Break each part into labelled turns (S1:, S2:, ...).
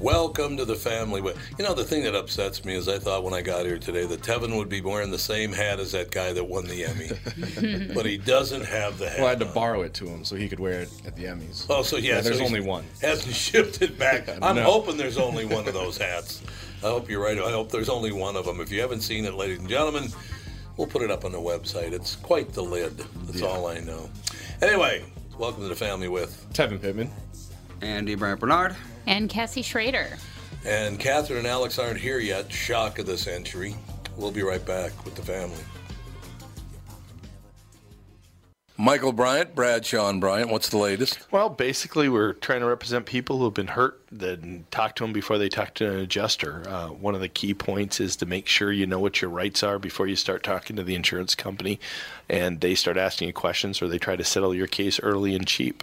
S1: Welcome to the family. But you know, the thing that upsets me is I thought when I got here today that Tevin would be wearing the same hat as that guy that won the Emmy, but he doesn't have the hat.
S2: Well, I had to
S1: on.
S2: borrow it to him so he could wear it at the Emmys.
S1: Oh, so yeah, so
S2: there's
S1: he's-
S2: only one.
S1: Hasn't shifted back. I'm
S2: No.
S1: hoping there's only one of those hats. I hope you're right. I hope there's only one of them. If you haven't seen it, ladies and gentlemen, we'll put it up on the website. It's quite the lid. That's all I know. Anyway, welcome to the family with
S2: Tevin Pittman.
S3: Andy Bryant Bernard.
S4: And Cassie Schrader.
S1: and Catherine and Alex aren't here yet. Shock of the century. We'll be right back with the family. Michael Bryant, Brad Sean Bryant. What's the latest?
S5: Well, basically, we're trying to represent people who have been hurt. Then talk to them before they talk to an adjuster. Uh, one of the key points is to make sure you know what your rights are before you start talking to the insurance company, and they start asking you questions or they try to settle your case early and cheap.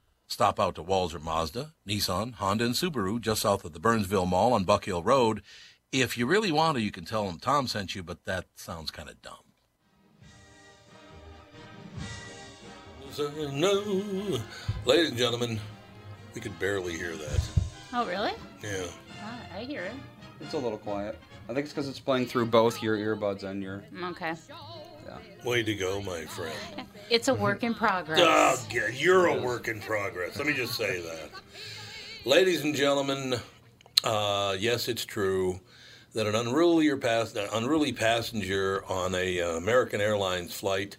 S1: Stop out to Walzer Mazda, Nissan, Honda, and Subaru just south of the Burnsville Mall on Buck Hill Road. If you really want to, you can tell them Tom sent you, but that sounds kind of dumb. No. Ladies and gentlemen, we could barely hear that.
S4: Oh, really?
S1: Yeah.
S4: Ah, I hear it.
S3: It's a little quiet. I think it's because it's playing through both your earbuds and your.
S4: Mm, Okay.
S1: Way to go, my friend.
S4: It's a work in progress.
S1: Oh, yeah, you're a work in progress. Let me just say that. Ladies and gentlemen, uh, yes, it's true that an unruly, or pass, an unruly passenger on a uh, American Airlines flight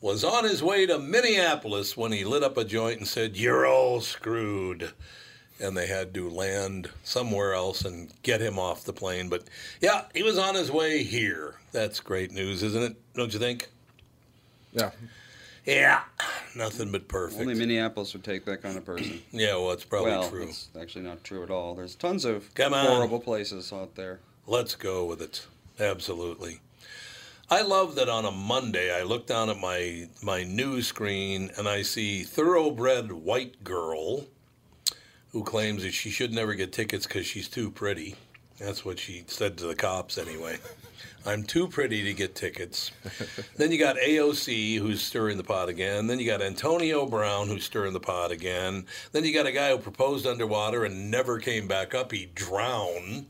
S1: was on his way to Minneapolis when he lit up a joint and said, You're all screwed. And they had to land somewhere else and get him off the plane. But yeah, he was on his way here. That's great news, isn't it? Don't you think?
S2: Yeah.
S1: Yeah, nothing but perfect.
S3: Only Minneapolis would take that kind of person.
S1: Yeah, well, it's probably
S3: well,
S1: true.
S3: it's actually not true at all. There's tons of
S1: Come on.
S3: horrible places out there.
S1: Let's go with it. Absolutely. I love that on a Monday I look down at my my news screen and I see thoroughbred white girl who claims that she should never get tickets because she's too pretty. That's what she said to the cops anyway. I'm too pretty to get tickets. then you got AOC who's stirring the pot again. Then you got Antonio Brown who's stirring the pot again. Then you got a guy who proposed underwater and never came back up. He drowned.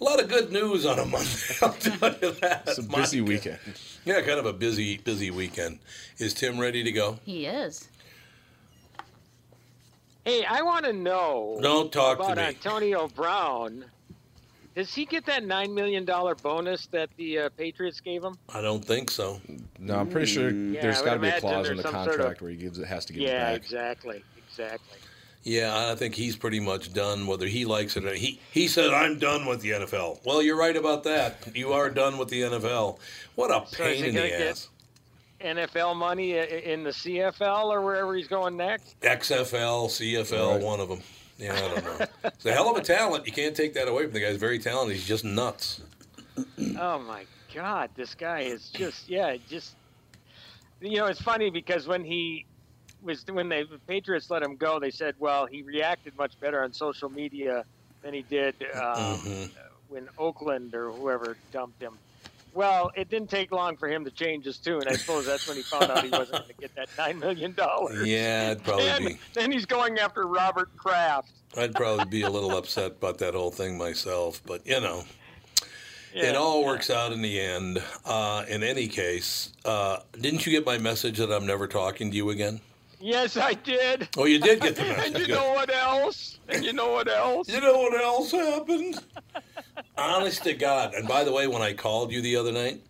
S1: A lot of good news on a Monday. I'll tell you that.
S2: It's a busy
S1: Monica.
S2: weekend.
S1: Yeah, kind of a busy, busy weekend. Is Tim ready to go?
S4: He is.
S6: Hey, I want to know
S1: Don't talk to
S6: about
S1: me.
S6: Antonio Brown. Does he get that nine million dollar bonus that the uh, Patriots gave him?
S1: I don't think so.
S2: No, I'm pretty sure
S6: Mm, Yeah, I
S2: there's
S6: would
S2: got to be a
S6: imagine
S2: clause in
S6: there's
S2: the
S6: some sort of-
S2: contract where he gives it has to give
S6: yeah,
S2: it back.
S6: exactly, exactly.
S1: Yeah, I think he's pretty much done, whether he likes it or he he said, "I'm done with the NFL." Well, you're right about that. You are done with the NFL. What a
S6: So is
S1: pain
S6: he
S1: in
S6: gonna
S1: the
S6: get-
S1: ass.
S6: NFL money i- i- in the CFL or wherever he's going next.
S1: XFL, CFL,
S2: Right.
S1: one of them. Yeah, I don't know. It's a hell of a talent. You can't take that away from the guy. He's very talented. He's just nuts. Mm.
S6: Oh my God, this guy is just yeah, just you know, it's funny because when he was when they, the Patriots let him go, they said, well, he reacted much better on social media than he did
S1: Mm-hmm.
S6: um, when Oakland or whoever dumped him. Well, it didn't take long for him to change his tune. I suppose that's when he found out he wasn't going to get that nine million dollars.
S1: Yeah, I'd probably
S6: Then,
S1: be.
S6: then he's going after Robert Kraft.
S1: I'd probably be a little upset about that whole thing myself. But you know,
S6: Yeah.
S1: It all works out in the end. Uh, in any case, uh, didn't you get my message that I'm never talking to you again?
S6: Yes, I did.
S1: Oh, you did get the message.
S6: And you
S1: Good.
S6: know what else? And you know what else?
S1: You know what else happened? Honest to God. And by the way, when I called you the other night,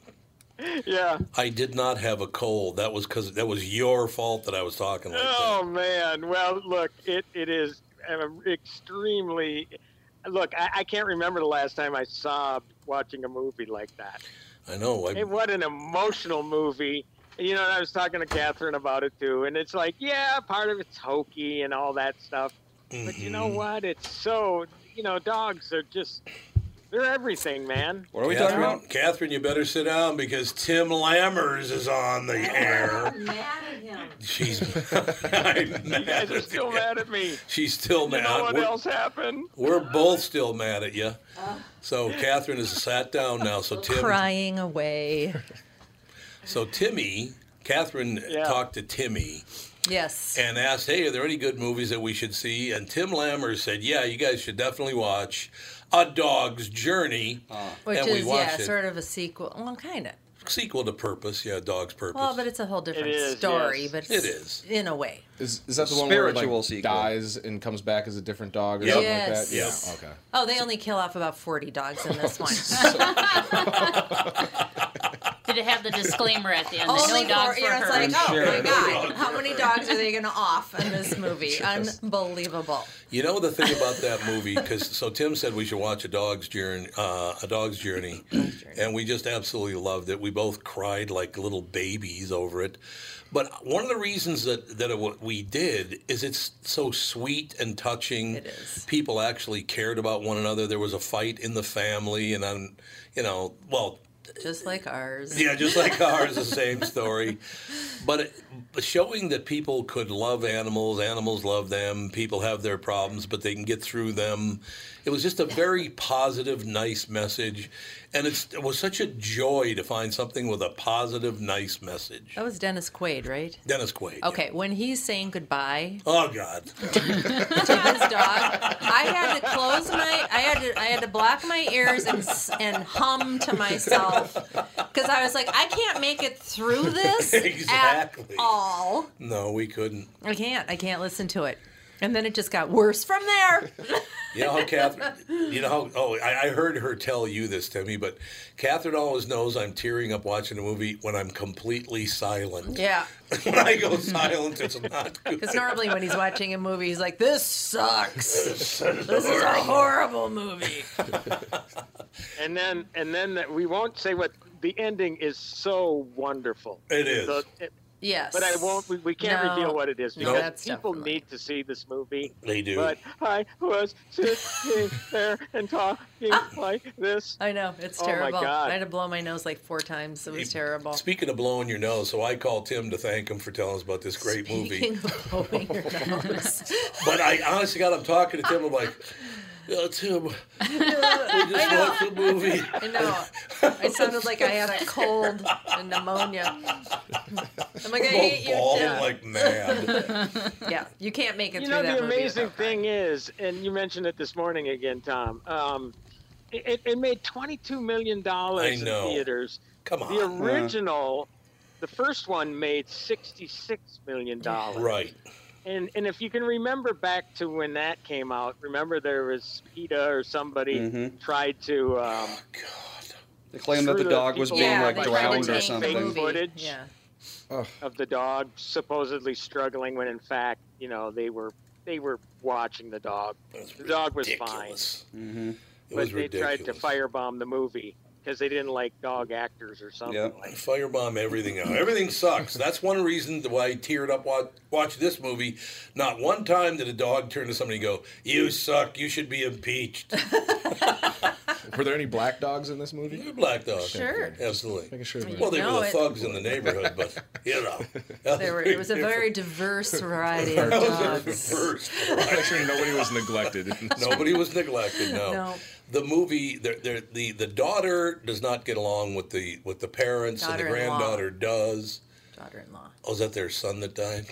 S6: Yeah.
S1: I did not have a cold. That was because that was your fault that I was talking like
S6: Oh man. Well, look, it it is um, extremely. Look, I, I can't remember the last time I sobbed watching a movie like that.
S1: that. I know. I,
S6: It what an emotional movie. You know, and I was talking to Catherine about it too, and it's like, yeah, part of it's hokey and all that stuff, but you
S1: Mm-hmm.
S6: know what? It's so you know, dogs are just they're everything, man.
S3: What are we talking
S1: Catherine,
S3: about?
S1: Catherine, you better sit down because Tim Lammers is on the air.
S7: mad at him.
S1: She's I'm
S6: You guys are
S1: mad.
S6: still mad at me.
S1: She's still
S6: You
S1: mad.
S6: know what
S1: We're-
S6: else happened?
S1: We're both still mad at you. So Catherine has sat down now. So Tim,
S7: Crying away.
S1: so Timmy, Catherine
S6: Yeah.
S1: talked to Timmy
S7: Yes.
S1: and asked, "Hey, are there any good movies that we should see?" And Tim Lammers said, "Yeah, you guys should definitely watch A Dog's Journey."
S7: Which
S1: and we
S7: is, yeah,
S1: watched it.
S7: sort of a sequel. Well, kind of.
S1: Sequel to Purpose, yeah, Dog's Purpose.
S7: Well, but it's a whole different
S6: is,
S7: story.
S6: yes.
S7: But it's,
S1: It is.
S7: In a way.
S2: Is, is that the one where it,
S3: Spiritual
S2: like
S3: sequel.
S2: dies and comes back as a different dog or
S1: Yep.
S2: something
S7: Yes.
S1: Yes.
S2: like that? Yeah. Okay.
S7: Oh, they only kill off about 40 dogs in this one.
S4: Did it have the disclaimer at the end? that
S7: only
S4: no dogs
S7: four. You
S4: were
S7: know, it's Oh, like,
S4: hurt.
S7: oh
S3: Sure.
S7: my God, how many dogs are they going to off in this movie? Unbelievable.
S1: You know the thing about that movie because so Tim said we should watch a dog's journey, uh, a dog's journey, and we just absolutely loved it. We both cried like little babies over it. But one of the reasons that that it, what we did is it's so sweet and touching.
S7: It is.
S1: People actually cared about one another. There was a fight in the family, and I'm, you know, well,
S7: Just like ours.
S1: yeah, just like ours, the same story. But it, but showing that people could love animals, animals love them, people have their problems, but they can get through them. It was just a very positive, nice message. And it's, it was such a joy to find something with a positive, nice message.
S7: That was Dennis Quaid, right?
S1: Dennis Quaid. yeah.
S7: Okay, when he's saying goodbye
S1: Oh, God.
S7: to his dog, I had to close my, I had to, I had to block my ears and s- and hum to myself because I was like, I can't make it through this
S1: Exactly.
S7: at all.
S1: No, we couldn't.
S7: I can't. I can't listen to it. And then it just got worse from there.
S1: You know how Catherine, you know how, oh, I, I heard her tell you this, Timmy, but Catherine always knows I'm tearing up watching a movie when I'm completely silent.
S7: yeah.
S1: when I go silent, it's not good.
S7: Because normally when he's watching a movie, he's like, this sucks. this is a horrible movie.
S6: And then and then that we won't say what the ending is so wonderful.
S1: It is.
S6: The- it-
S7: Yes.
S6: But I won't. We, we can't
S7: No.
S6: reveal what it is
S8: No,
S6: because
S8: that's
S6: people
S8: definitely-
S6: need to see this movie.
S5: They do.
S6: But I was sitting there and talking like this.
S7: Ah! I know it's
S6: Oh my
S7: terrible.
S6: God.
S7: I had to blow my nose like four times. It was terrible.
S1: Speaking of blowing your nose, so I called Tim to thank him for telling us about this great movie.
S7: Speaking of blowing your nose,
S1: But I honestly got, I'm talking to Tim. I'm like, "Uh, Tim, we just watched a movie.
S7: I know. I sounded like I had a cold and pneumonia. I'm like, I
S1: Both
S7: hate you.
S1: bald
S7: Yeah.
S1: and like mad.
S7: yeah, you can't make it
S6: You
S7: through
S6: know,
S7: that
S6: the
S7: movie
S6: amazing
S7: without
S6: thing is, and you mentioned it this morning again, Tom. Um, it, it- it made twenty-two million dollars in
S1: know.
S6: theaters.
S1: Come
S6: The
S1: on.
S6: original, the first one made sixty-six million dollars.
S1: Right.
S6: And and if you can remember back to when that came out, remember there was PETA or somebody
S1: Mm-hmm.
S6: tried to um,
S3: They claimed that
S6: screw
S3: the dog was
S6: people
S3: being
S7: Yeah,
S3: like
S7: they tried to
S3: drowned or
S7: take the
S3: something.
S7: movie.
S6: Footage.
S7: Yeah.
S6: of the dog supposedly struggling when in fact you know they were they were watching the dog.
S1: That's
S6: The dog was
S1: ridiculous.
S3: Mm-hmm.
S1: It
S6: but
S1: was
S6: they
S1: ridiculous.
S6: tried to firebomb the movie because they didn't like dog actors or something
S3: Yep.
S6: like.
S1: Firebomb everything out. Everything sucks. That's one reason why I teared up watch, watch this movie. Not one time did a dog turn to somebody and go, "You suck. You should be impeached."
S2: Were there any black dogs in this movie?
S1: You're a black dog.
S7: Sure.
S1: Absolutely.
S2: Making sure.
S1: Well, they
S7: No,
S1: were the
S7: it-
S1: thugs in the neighborhood, but you know, that
S7: There were, it was a very diverse variety of
S1: that was the
S7: dogs.
S1: first.
S2: Make sure nobody was neglected. in this
S1: Nobody was neglected. No.
S7: No.
S1: The movie, the, the the the daughter does not get along with the with the parents, and the
S7: Daughter-in-law.
S1: granddaughter does.
S7: Daughter-in-law.
S1: Oh, is that their son that died?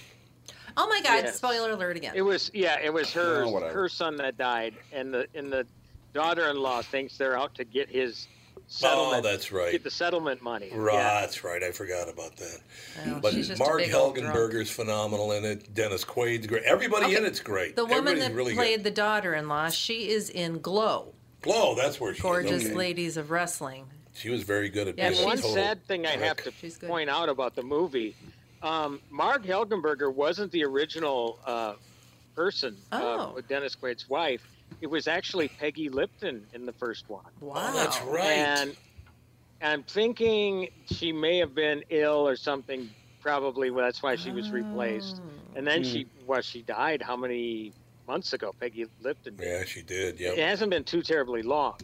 S7: Oh my God!
S6: Yeah.
S7: Spoiler alert again.
S6: It was yeah, it was her
S3: Well, Ah, whatever.
S6: her son that died, and the and the daughter-in-law thinks they're out to get his settlement.
S1: Oh, that's right.
S6: Get the settlement money.
S1: Right,
S6: Yeah.
S1: that's right. I forgot about that.
S7: Oh,
S1: But
S7: she's just a
S1: Mark
S7: big old drunk.
S1: Helgenberger's phenomenal in it. Dennis Quaid's great. Everybody in it's great.
S7: The woman
S1: Everybody's
S7: that
S1: really
S7: played the daughter-in-law, she is in Glow,
S1: good. Glow, that's where she
S7: Gorgeous
S1: Is. Okay.
S7: Ladies of Wrestling.
S1: She was very good at
S7: Yeah,
S1: being a
S7: she's-
S6: One
S1: total
S6: sad thing I have
S1: prick.
S7: She's
S6: to
S7: good.
S6: point out about the movie, um, Marg Helgenberger wasn't the original uh, person, uh,
S7: Oh.
S6: with Dennis Quaid's wife. It was actually Peggy Lipton in the first one.
S7: Wow.
S1: Oh, that's right.
S6: And I'm thinking she may have been ill or something. Probably well, that's why she was replaced.
S7: Oh.
S6: And
S1: Hmm.
S6: then she, well, she died how many months ago? Peggy Lipton. did.
S1: Yeah, she did.
S6: It
S1: Yeah.
S6: hasn't been too terribly long.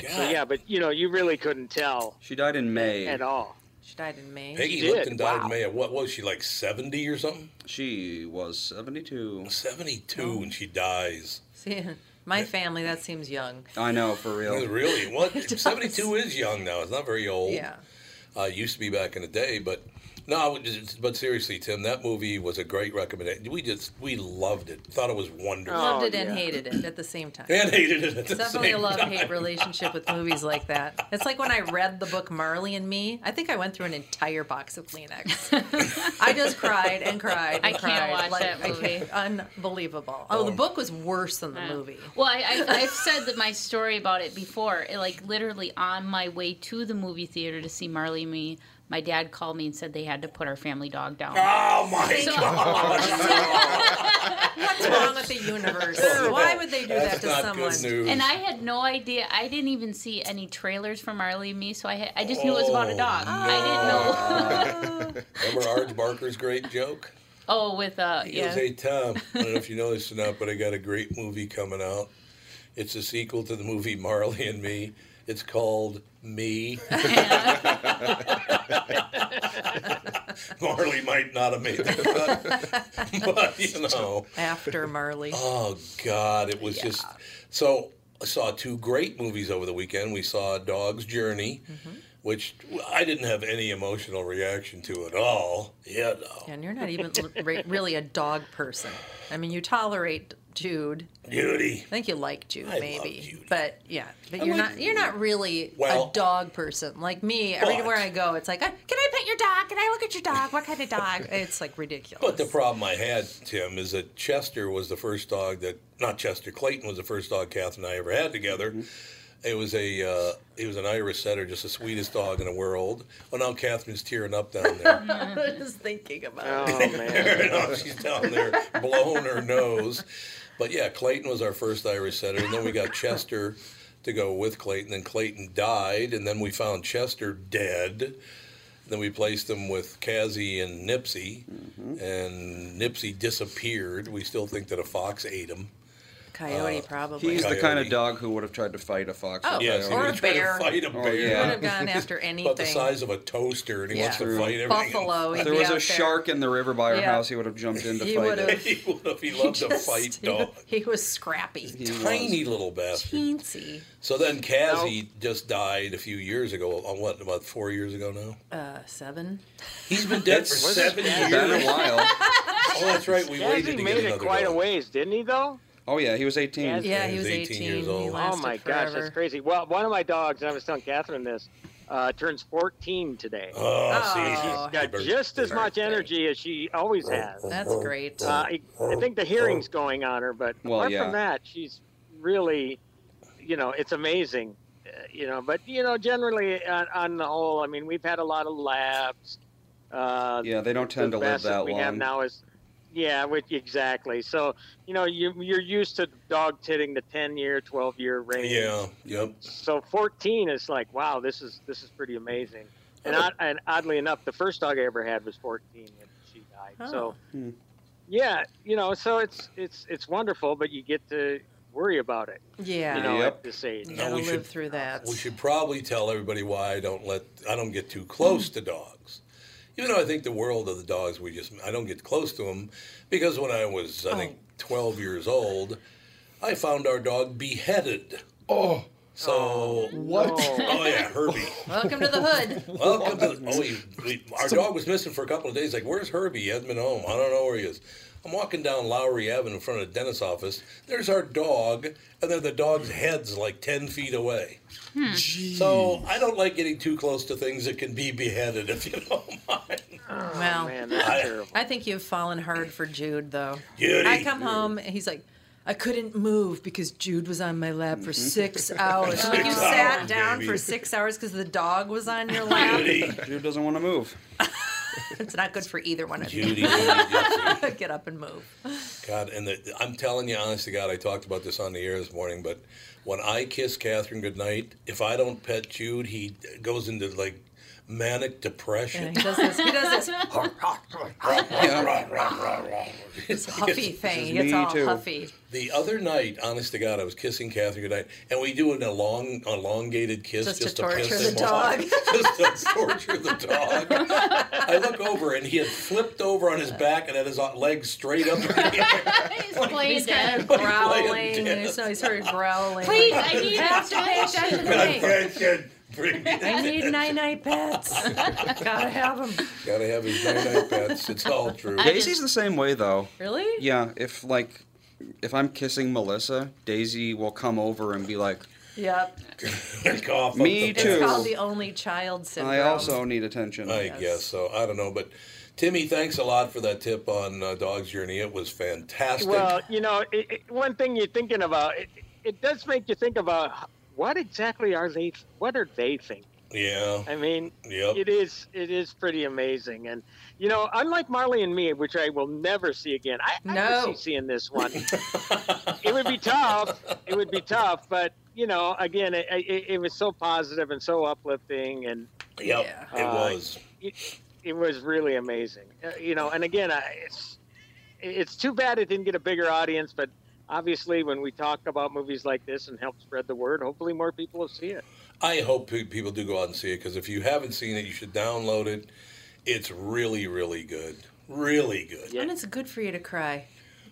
S6: So
S1: God,
S6: yeah, but you know, you really couldn't tell
S3: She died in
S1: Hmm.
S3: May.
S6: at all.
S7: She died in May.
S1: Peggy
S6: did,
S1: Lipton died
S6: wow.
S1: in May. Of, what was she like, seventy or something?
S3: She was 72.
S7: Oh.
S1: Seventy-two, and she dies.
S7: See, my family, that seems young.
S3: I know, for real.
S1: Really? What? Seventy-two is young now. It's not very old.
S7: Yeah.
S1: uh, it used to be back in the day, but no, I would just- but seriously, Tim, that movie was a great recommendation. We just we loved it, thought it was wonderful,
S6: Oh,
S7: Loved it and
S6: yeah.
S7: hated it at the same time.
S1: and hated it at the
S7: Definitely a
S1: same
S7: love
S1: time.
S7: hate relationship with movies like that. It's like when I read the book Marley and Me. I think I went through an entire box of Kleenex. I just cried and cried. And
S4: I can't
S7: cried.
S4: watch
S7: like, Uh,
S4: that
S7: I can't-
S4: movie.
S7: Unbelievable. Oh, the book was worse than the movie.
S4: Well, I, I, I've said that my story about it before. It, like literally on my way to the movie theater to see Marley and Me, my dad called me and said they had to put our family dog down.
S1: Oh my
S4: So-
S7: What's wrong with the universe?
S1: God!
S7: Why would they do
S1: That's
S7: that to
S1: not
S7: someone?
S1: Good news.
S4: And I had no idea. I didn't even see any trailers for Marley and Me, so I had, I just knew it was about a dog.
S7: Oh.
S4: I didn't know.
S1: remember Arj Barker's great joke.
S4: Oh, with uh,
S1: He goes,
S4: yeah.
S1: "Hey Tom, I don't know if you know this or not, but I got a great movie coming out. It's a sequel to the movie Marley and Me. It's called Me.
S4: uh,
S1: Marley might not have made the cut, but you know.
S7: After Marley.
S1: Oh God, it was just so. I saw two great movies over the weekend. We saw Dog's Journey, which I didn't have any emotional reaction to at all. Yeah, no.
S7: And you're not even l- re- really a dog person. I mean, you tolerate Jude.
S1: Beauty.
S7: I think you like Jude,
S1: I love
S7: maybe.
S1: Jude.
S7: But yeah, but you're not you're not really
S1: Well-
S7: a dog person like me. Everywhere
S1: But-
S7: I go, it's like, "Uh, can I pet your dog? Can I look at your dog? What kind of dog? It's like ridiculous.
S1: But the problem I had, Tim, is that Chester was the first dog that not Chester Clayton was the first dog Kath and I ever had together. It was a uh, it was an Irish setter, just the sweetest dog in the world. Oh, now Catherine's tearing up down there.
S7: I was just thinking about it.
S6: Oh man.
S1: Fair enough. She's down there blowing her nose. But yeah, Clayton was our first Irish setter, and then we got Chester to go with Clayton. Then Clayton died, and then we found Chester dead. Then we placed them with Cassie and Nipsey, and Nipsey disappeared. We still think that a fox ate him. Uh,
S7: Coyote, probably.
S3: He's the kind
S1: Coyote.
S3: of dog who would have tried to fight a fox.
S7: Oh,
S3: with
S1: Yes, he
S7: or
S1: would
S7: a
S3: coyote.
S1: have tried to
S7: bear.
S1: fight a
S3: Oh,
S1: bear.
S3: yeah.
S7: Would have gone after anything.
S1: About the size of a toaster, and he wants
S7: Yeah.
S1: to fight everything.
S7: Buffalo. he'd
S3: If there
S7: be
S3: was
S7: out
S3: a shark in the river by our
S7: Yeah.
S3: house, he would have jumped in to
S7: He
S3: fight
S7: would
S3: it.
S7: have.
S1: he would have- he
S7: He
S1: loved to
S7: just-
S1: fight
S7: he wa-
S1: dog.
S7: He was scrappy.
S3: He was.
S1: Tiny little bastard.
S7: Teensy.
S1: So then Cassie just died a few years ago. On what, about four years ago now?
S7: Uh, seven.
S1: He's been dead for
S6: Wasn't
S1: seven
S6: that-
S1: years.
S3: Been a while.
S1: Oh, that's right. We
S6: Yeah,
S1: waited
S6: he
S1: to
S6: made
S1: get
S6: it
S1: another
S6: quite a
S1: dog.
S6: ways, didn't he? Though.
S3: Oh yeah, he was 18.
S6: Yeah,
S7: Yeah,
S1: he
S7: he
S1: was
S7: was
S1: 18
S7: 18.
S1: years old.
S7: He
S1: Oh
S6: Oh
S7: lasted
S6: my
S7: forever.
S6: gosh, that's crazy. Well, one of my dogs, and I was telling Catherine this, uh, turns 14 today.
S1: Oh,
S7: Oh,
S1: see,
S7: happy
S6: Got
S1: birthday.
S6: just as much energy as she always has. Uh,
S7: That's great.
S6: I, I think the hearing's going on her, but
S3: Well,
S6: apart
S3: yeah.
S6: from that, she's really, you know, it's amazing. Uh, you know, but you know, generally on, on the whole, I mean, we've had a lot of labs. Uh,
S3: Yeah, they don't tend
S6: the
S3: to live
S6: best
S3: that
S6: we
S3: long.
S6: have now is yeah which, exactly so you know you, you're used to dog titting the 10 year 12 year range
S1: Yeah, yep.
S6: so 14 is like wow this is this is pretty amazing
S7: Uh,
S6: and, odd, and oddly enough the first dog i ever had was 14 when she died so
S3: Hmm.
S6: yeah you know so it's it's it's wonderful but you get to worry about it
S7: yeah.
S6: you know
S3: Yep.
S6: at this age
S7: You
S1: No,
S7: gotta
S1: we
S7: live
S1: should-
S7: through that.
S1: We should probably tell everybody why I don't let I don't get too close to dogs. Even though I think the world of the dogs, we just I don't get close to them because when I was I think
S7: Oh.
S1: 12 years old, I found our dog beheaded.
S2: Oh,
S1: So
S2: what?
S1: oh yeah, Herbie.
S7: Welcome to the hood.
S1: Welcome to the, oh, he, we, our dog was missing for a couple of days. Like, where's Herbie? He hasn't been home. I don't know where he is. I'm walking down Lowry Avenue in front of the dentist's office. There's our dog, and then the dog's head's like 10 feet away.
S2: Gee.
S1: So I don't like getting too close to things that can be beheaded, if you don't mind.
S7: well,
S6: man that's
S1: I-
S6: terrible
S7: I think you've fallen hard for Jude, though.
S1: Judy.
S7: I come home and he's like, I couldn't move because Jude was on my lap
S1: Mm-hmm.
S7: for six hours.
S1: Six
S7: like you sat
S1: hours,
S7: down
S1: baby.
S7: for six hours because the dog was on your lap.
S1: Judy.
S3: Dude doesn't want to move.
S7: it's not good for either one of you.
S1: Judy. Judy, Judy.
S7: Get up and move.
S1: God, and the, I'm telling you, honest to God, I talked about this on the air this morning, but when I kiss Catherine goodnight, if I don't pet Jude, he goes into like manic
S7: Yeah,
S1: depression.
S7: he does this. He does this
S1: It's
S7: huffy thing. He
S3: me
S7: gets all
S3: too.
S7: huffy.
S1: The other night, honest to God, I was kissing Catherine goodnight, and we do an elong, elongated kiss
S7: Just
S1: just,
S7: to torture
S1: piss him
S7: the
S1: off.
S7: dog.
S1: just to torture the dog. I look over, and he had flipped over on his back and had his legs straight up. in the air.
S4: He's playing dead.
S7: Growling.
S1: dead.
S7: So he started growling.
S4: Please, I need that today.
S1: Attention, bring me
S7: I need night night pets. Gotta have them.
S1: Gotta have his night-night pets. It's all true.
S4: I
S3: Daisy's
S4: just-
S3: the same way though.
S7: Really?
S3: Yeah, if like if I'm kissing Melissa, Daisy will come over and be like,
S7: Yep.
S1: Cough up
S3: Me
S1: the-
S7: It's
S3: Two.
S7: called the only child syndrome.
S3: "I also need attention."
S1: I guess so. I don't know, but Timmy, thanks a lot for that tip on uh, Dog's Journey. It was fantastic.
S6: Well, you know, it, it, one thing you're thinking about, it, it does make you think about what exactly are they? What are they thinking?
S1: yeah,
S6: I mean,
S1: Yep.
S6: it is it is pretty amazing. And you know, unlike Marley and Me, which I will never see again, I, I
S7: No.
S6: could see seeing this one. it would be tough. It would be tough, but you know, again, it, it, it was so positive and so uplifting, and
S1: yep,
S7: Yeah.
S1: it
S6: Uh,
S1: was.
S6: it, it was really amazing. Uh, you know, and again, I, it's it's too bad it didn't get a bigger audience, but obviously, when we talk about movies like this and help spread the word, hopefully more people will see it.
S1: I hope pe- people do go out and see it because if you haven't seen it, you should download it. It's really, really good. Really good.
S7: And it's good for you to cry.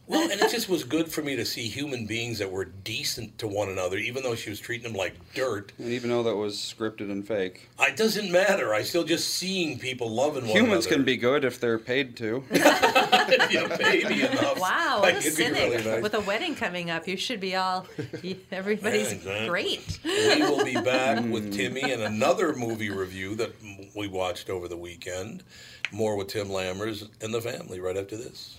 S1: Well, and it just was good for me to see human beings that were decent to one another, even though she was treating them like dirt.
S3: And even though that was scripted and fake,
S1: It doesn't matter. I still just seeing people loving one
S3: humans
S1: another.
S3: can be good if they're paid to.
S1: if you baby enough.
S7: Wow,
S1: Like,
S7: what a
S1: it'd be
S7: cynic.
S1: really nice.
S7: With a wedding coming up, you should be all, everybody's
S1: Yeah, exactly.
S7: great.
S1: we will be back with Timmy and another movie review that m- we watched over the weekend. More with Tim Lammers and the family right after this.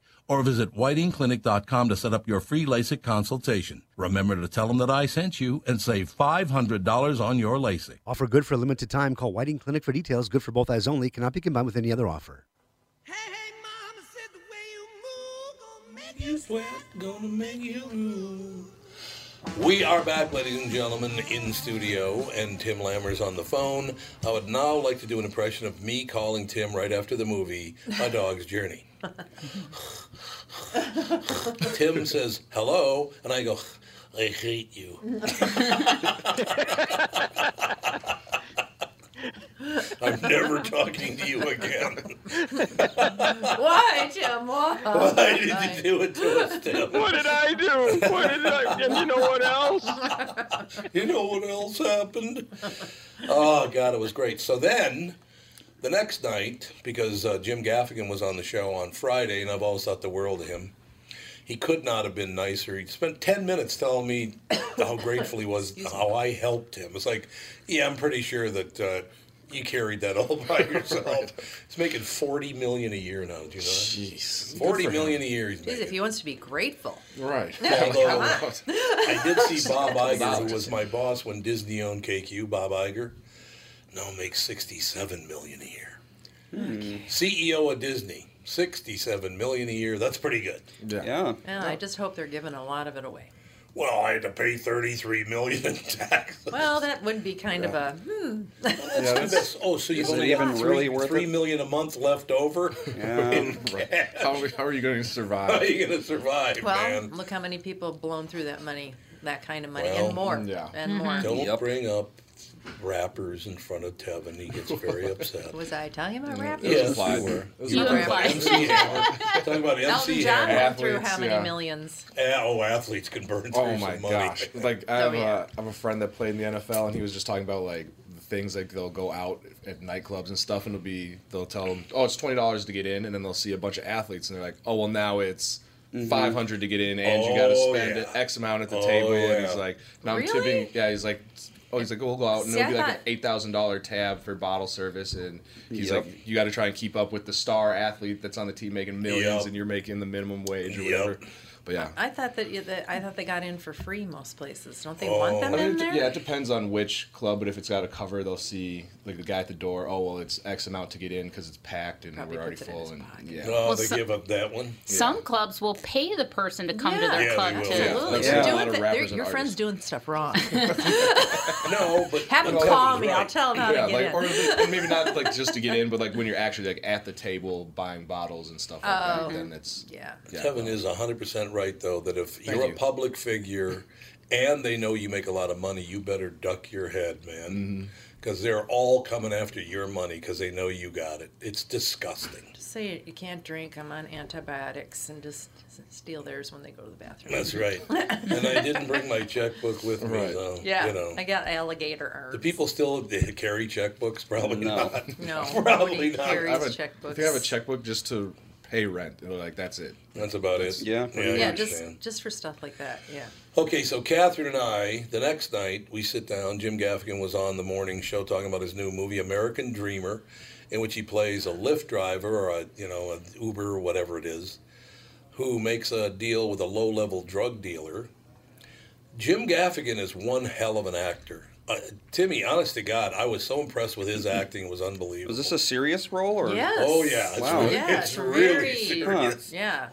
S1: or visit whitingclinic.com to set up your free LASIK consultation. Remember to tell them that I sent you and save $500 on your LASIK.
S9: Offer good for a limited time. Call Whiting Clinic for details. Good for both eyes only. Cannot be combined with any other offer.
S1: You sweat, gonna make you lose. We are back, ladies and gentlemen, in studio, and Tim Lammers on the phone. I would now like to do an impression of me calling Tim right after the movie, My Dog's Journey. Tim says, hello, and I go, I hate you. I'm never talking to you again.
S7: Why, Jim? Why?
S1: Why did you do it to us, Tim?
S6: What did I do? What did I? And you know what else?
S1: You know what else happened? Oh God, it was great. So then, the next night, because uh, Jim Gaffigan was on the show on Friday, and I've always thought the world of him. He could not have been nicer. He spent ten minutes telling me how grateful he was, how I helped him. It's like, yeah, I'm pretty sure that uh, you carried that all by yourself. He's making forty million a year now. Do you know? Jeez, forty
S7: Good for
S1: million a year. He's
S7: Jeez, if he wants to be grateful.
S1: Right.
S7: Come on.
S1: I did see Bob Iger, who was my boss when Disney owned KQ. Bob Iger now makes sixty-seven million a year.
S3: Hmm.
S1: CEO of Disney, sixty-seven million a year. That's pretty good.
S3: Yeah.
S7: Yeah, I just hope they're giving a lot of it away.
S1: Well, I had to pay thirty-three million in tax.
S7: Well, that would be kind of a hmm.
S1: Yeah, that's- oh, so you've
S3: Is it
S1: only
S3: even
S1: got three,
S3: really worth
S1: three
S3: it?
S1: million a month left over.
S3: Um,
S1: in cash.
S2: How, how are you going to survive?
S1: How are you gonna survive,
S7: Well,
S1: man?
S7: look how many people have blown through that money, that kind of money,
S1: Well,
S7: and more,
S2: yeah.
S7: and
S4: Mm-hmm.
S7: more.
S1: Don't bring up rappers in front of Tevin. He gets very upset.
S7: Was I talking about rappers?
S1: Yes,
S2: implied.
S1: you were.
S2: Those
S4: You
S2: are
S4: implied.
S1: MC Hammer. Talking about
S7: Elton
S1: MC
S7: John
S1: Hammer.
S7: went through how
S2: Athletes,
S7: many
S2: yeah.
S7: millions?
S1: Yeah, oh, athletes can burn through
S2: Oh my
S1: some money.
S2: gosh! Like I
S7: Oh,
S2: have,
S7: yeah.
S2: a, I have a friend that played in the NFL, and he was just talking about like the things like they'll go out at nightclubs and stuff, and it'll be they'll tell them, oh, it's twenty dollars to get in, and then they'll see a bunch of athletes, and they're like, oh, well, now it's. 500 to get in and you got to
S1: Mm-hmm. Oh,
S2: spend
S1: yeah.
S2: x amount at the
S1: Oh,
S2: table and
S1: yeah.
S2: he's like now i'm
S7: Really?
S2: tipping yeah he's like oh he's like we'll go out and
S7: See,
S2: it'll be
S7: I
S2: like an
S7: thought-
S2: eight thousand dollar tab for bottle service and he's
S3: Yep.
S2: like you got to try and keep up with the star athlete that's on the team making millions
S1: Yep.
S2: and you're making the minimum wage or
S1: Yep.
S2: whatever but yeah
S7: I thought that, you- that I thought they got in for free most places. Don't they want them
S2: Oh, I mean,
S7: in
S2: it-
S7: there?
S2: yeah, it depends on which club, but if it's got a cover, they'll see like the guy at the door. Oh well, it's X amount to get in because it's packed and
S7: Probably
S2: we're already
S7: puts it in
S2: full.
S7: his
S2: And
S7: pocket.
S2: yeah,
S1: Oh,
S4: Well,
S1: they
S4: so-
S1: give up that one.
S4: Some clubs will pay the person to come to
S7: Yeah.
S4: their
S7: Yeah,
S1: they
S4: club
S1: will.
S4: too.
S7: Absolutely.
S2: I've
S7: You're
S2: seen a
S7: doing
S2: lot of
S7: thi- they're-
S2: rappers and
S7: your friend's
S2: artists.
S7: doing stuff wrong.
S1: No, but
S7: Have them
S1: but
S7: call
S1: Tevin's
S7: me. I'll
S1: right.
S7: tell them how
S2: yeah,
S7: to
S2: like
S7: get
S2: or
S7: in.
S2: if it- maybe not like just to get in, but like when you're actually like at the table buying bottles and stuff like that, then it's
S7: Oh. Yeah.
S2: yeah.
S1: Kevin is 100% right, though, that if you're a
S2: you.
S1: public figure and they know you make a lot of money, you better duck your head,
S2: Mm-hmm.
S1: man. Because they're all coming after your money because they know you got it. It's disgusting.
S7: Just say you can't drink. I'm on antibiotics, and just steal theirs when they go to the bathroom.
S1: That's right. and I didn't bring my checkbook with me,
S2: Right.
S1: so,
S7: yeah,
S1: you know.
S7: I got alligator arms.
S1: The people still carry checkbooks? Probably
S3: No.
S1: not.
S7: No,
S1: Probably
S7: nobody
S1: not.
S7: carries
S2: I have a,
S7: checkbooks.
S2: If you have a checkbook just to pay rent. And they're like, that's it.
S1: That's about it.
S3: Yeah.
S1: I
S7: yeah, just
S1: understand.
S7: just for stuff like that. Yeah.
S1: Okay, so Catherine and I, the next night, we sit down. Jim Gaffigan was on the morning show talking about his new movie, American Dreamer, in which he plays a Lyft driver or a you know an Uber or whatever it is, who makes a deal with a low-level drug dealer. Jim Gaffigan is one hell of an actor. Uh, Timmy, honest to God, I was so impressed with his acting; it was unbelievable. Was
S3: this a serious role? Or
S7: Yes.
S1: Oh yeah, it's
S3: Wow.
S1: really,
S3: Yeah,
S1: it's
S7: it's
S1: really
S7: very-
S1: serious.
S7: Yeah.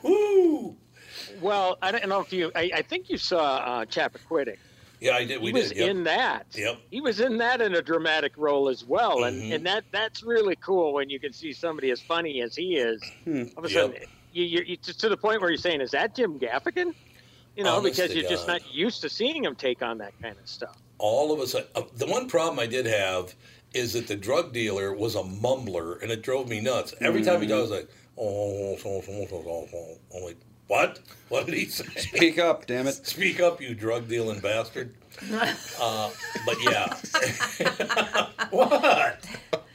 S6: Well, I don't know if you. I, I think you saw uh, Chappaquiddick.
S1: Yeah, I did. We
S6: he was
S1: did. yep.
S6: in that.
S1: Yep. Mm-hmm.
S6: He was in that in a dramatic role as well, and and that that's really cool when you can see somebody as funny as he is. All of a
S1: Hmm. Yep.
S6: sudden, you, you, you to to the point where you're saying, "Is that Jim Gaffigan?" You know,
S1: Honest
S6: because
S1: to
S6: you're just
S1: God.
S6: not used to seeing him take on that kind of stuff.
S1: all of a sudden, uh, the one problem I did have is that the drug dealer was a mumbler, and it drove me nuts. Every time
S7: Mm-hmm.
S1: he does, like, oh, so, so, so, so, so." I'm like, what? What did he say?
S3: Speak up, damn it.
S1: Speak up, you drug dealing bastard. uh, but yeah, what?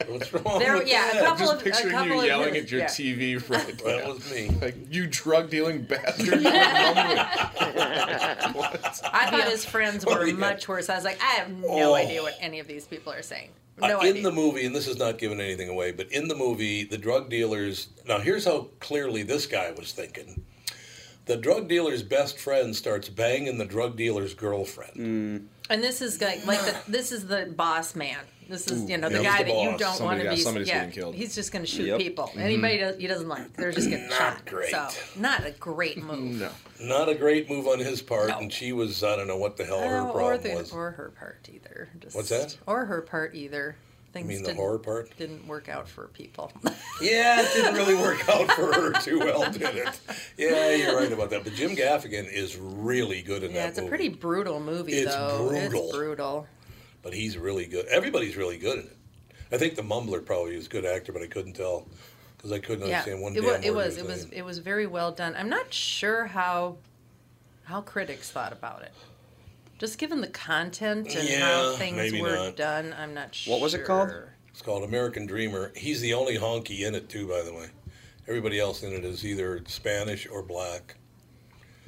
S1: What's wrong?
S7: There-
S1: with
S7: yeah, a
S1: that?
S7: couple
S2: Just
S7: of-
S2: picturing
S7: couple
S2: you
S7: of
S2: yelling
S7: his-
S2: at your
S7: yeah.
S2: TV right
S1: That
S2: now.
S1: was me.
S2: Like, you drug dealing bastard.
S7: I thought his friends were
S1: Oh, yeah.
S7: much worse. I was like, I have no
S1: Oh.
S7: idea what any of these people are saying.
S1: Uh,
S7: No
S1: in
S7: idea.
S1: the movie, and this is not giving anything away, but in the movie, the drug dealers. Now, here's how clearly this guy was thinking. The drug dealer's best friend starts banging the drug dealer's girlfriend.
S7: Mm. and this is like, like the, this is the boss man. This is you know the
S1: He's
S7: guy
S1: the
S7: that you
S1: boss.
S7: don't want
S2: Somebody-
S7: to
S2: yeah,
S7: be.
S2: Oh somebody's
S7: yeah,
S2: getting killed.
S7: He's just going to shoot
S3: Yep.
S7: people. Anybody does, he doesn't like, they're just getting shot.
S1: Hmm. great.
S7: So not a great move.
S2: no.
S1: Not a great move on his part, and she was, I don't know what the hell her
S7: Oh, or,
S1: problem
S7: the,
S1: was.
S7: or her part either. Just,
S1: What's that?
S7: Or her part either. Things
S1: mean the
S7: didn't,
S1: horror part?
S7: didn't work out for people.
S1: Yeah, it didn't really work out for her too well, did it? Yeah, you're right about that. But Jim Gaffigan is really good in
S7: yeah,
S1: that
S7: it's a
S1: movie.
S7: pretty brutal movie
S1: It's
S7: though.
S1: brutal.
S7: It's brutal.
S1: But he's really good. Everybody's really good in it. I think the Mumbler probably is a good actor, but I couldn't tell because I couldn't
S7: yeah,
S1: understand one
S7: it,
S1: damn
S7: wa-
S1: word
S7: it was
S1: he
S7: it was
S1: saying.
S7: it was very well done. I'm not sure how how critics thought about it. Just given the content and how
S1: Yeah,
S7: things
S1: maybe
S7: were
S1: not.
S7: done, I'm not sure.
S3: What was it called?
S1: It's called American Dreamer. He's the only honky in it too, by the way. Everybody else in it is either Spanish or black.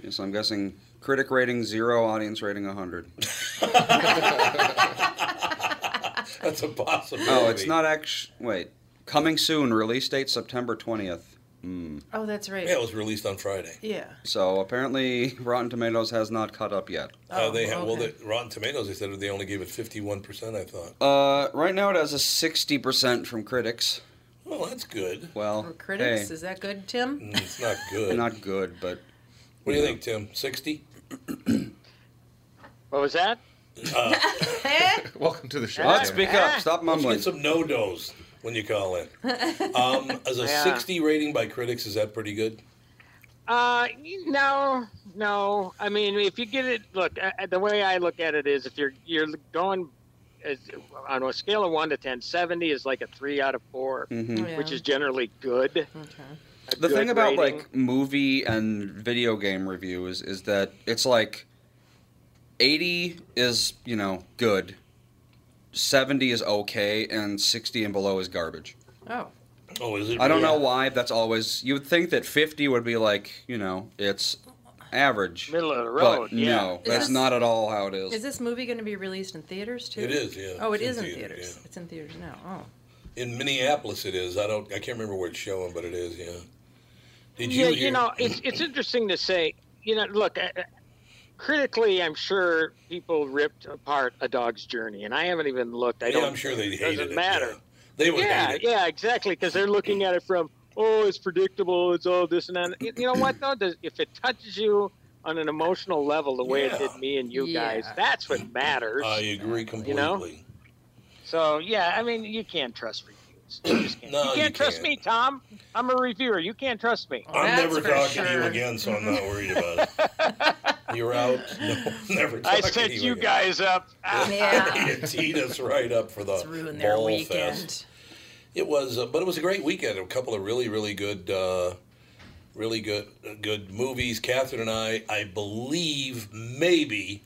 S3: Yes, I'm guessing critic rating zero, audience rating 100.
S1: That's a possibility.
S3: Oh, it's not actually. Wait. Coming soon, release date September 20th.
S7: Oh, that's right.
S1: Yeah, it was released on Friday.
S7: Yeah.
S3: So apparently, Rotten Tomatoes has not caught up yet.
S1: Uh, they ha- well,
S7: Oh, okay.
S1: the Rotten Tomatoes. They said they only gave it fifty-one percent. I thought.
S3: Uh, right now, it has a 60% from critics.
S1: well, that's good.
S3: Well,
S7: For critics,
S3: hey,
S7: is that good, Tim?
S1: Mm, It's not good.
S3: not good, but
S1: what do you think, Tim? Sixty?
S6: What was that?
S2: Welcome to the show.
S7: Ah.
S3: Well,
S2: Tim.
S3: speak up. Stop
S1: Let's
S3: mumbling.
S1: get some no dos when you call in. Um, as a
S6: Yeah.
S1: sixty rating by critics, is that pretty good?
S6: Uh, no, no. I mean, if you get it, look. I, I- the way I look at it is, if you're you're going as, on a scale of one to 10, 70 is like a three out of 4
S1: Mm-hmm.
S7: Yeah.
S6: which is generally good. A
S3: Mm-hmm. the
S6: good
S3: thing about
S6: rating.
S3: like movie and video game reviews is that it's like 80 is you know good 70 is okay and 60 and below is garbage
S7: Oh.
S1: Oh, is it?
S3: i don't know
S1: really?
S3: why that's always you would think that 50 would be like you know it's average
S6: middle of the road,
S3: but
S6: yeah.
S3: no
S7: Is
S3: that's
S7: this-
S3: not at all how it is,
S7: Is this movie going to be released in theaters too?
S1: It is, yeah.
S7: Oh, it
S1: It's
S7: is
S1: in
S7: in
S1: theaters,
S7: theaters.
S1: yeah.
S7: It's in theaters now. Oh.
S1: In Minneapolis, it is. I don't. I can't remember where it's showing, but it is. Yeah. Did you?
S6: yeah,
S1: hear-
S6: you know, it's it's interesting to say. You know, look, I, I- critically, I'm sure people ripped apart a dog's journey, and I haven't even looked. I
S1: Yeah,
S6: don't.
S1: I'm sure they hated
S6: Doesn't
S1: it.
S6: matter.
S1: yeah. They would
S6: Yeah,
S1: hate it.
S6: yeah, exactly. Because they're looking at it from, oh, it's predictable, it's all this and that. You you know what though? Does, if it touches you on an emotional level, the way
S1: Yeah.
S6: it did me and you
S7: Yeah.
S6: guys, that's what matters.
S1: I agree completely.
S6: know? so yeah, I mean, you can't trust reviews. You, just can't.
S1: No,
S6: you
S1: you
S6: can't trust
S1: can't.
S6: me, Tom. I'm a reviewer. You can't trust me.
S1: I'm
S7: That's
S1: never
S7: for
S1: talking to you
S7: sure.
S1: again, so I'm not worried about it. You're out. No, never
S6: I
S1: talking
S6: set
S1: to you,
S6: you
S1: again.
S6: guys up.
S7: Oh. Yeah.
S1: you teed us right up for the
S7: It's ruined their
S1: ball
S7: weekend.
S1: fest. It was, uh, but it was a great weekend. A couple of really, really good, uh, really good, uh, good movies. Catherine and I, I believe, maybe,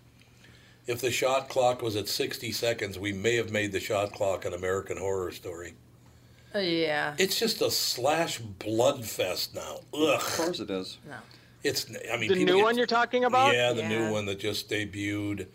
S1: if the shot clock was at sixty seconds, we may have made the shot clock an American Horror Story.
S7: Uh, yeah.
S1: It's just a slash blood fest now. Ugh. Of
S3: course it is.
S7: No.
S1: It's. I mean,
S6: The
S1: people
S6: new
S1: get-
S6: one you're talking about?
S1: Yeah, the
S7: Yeah.
S1: new one that just debuted.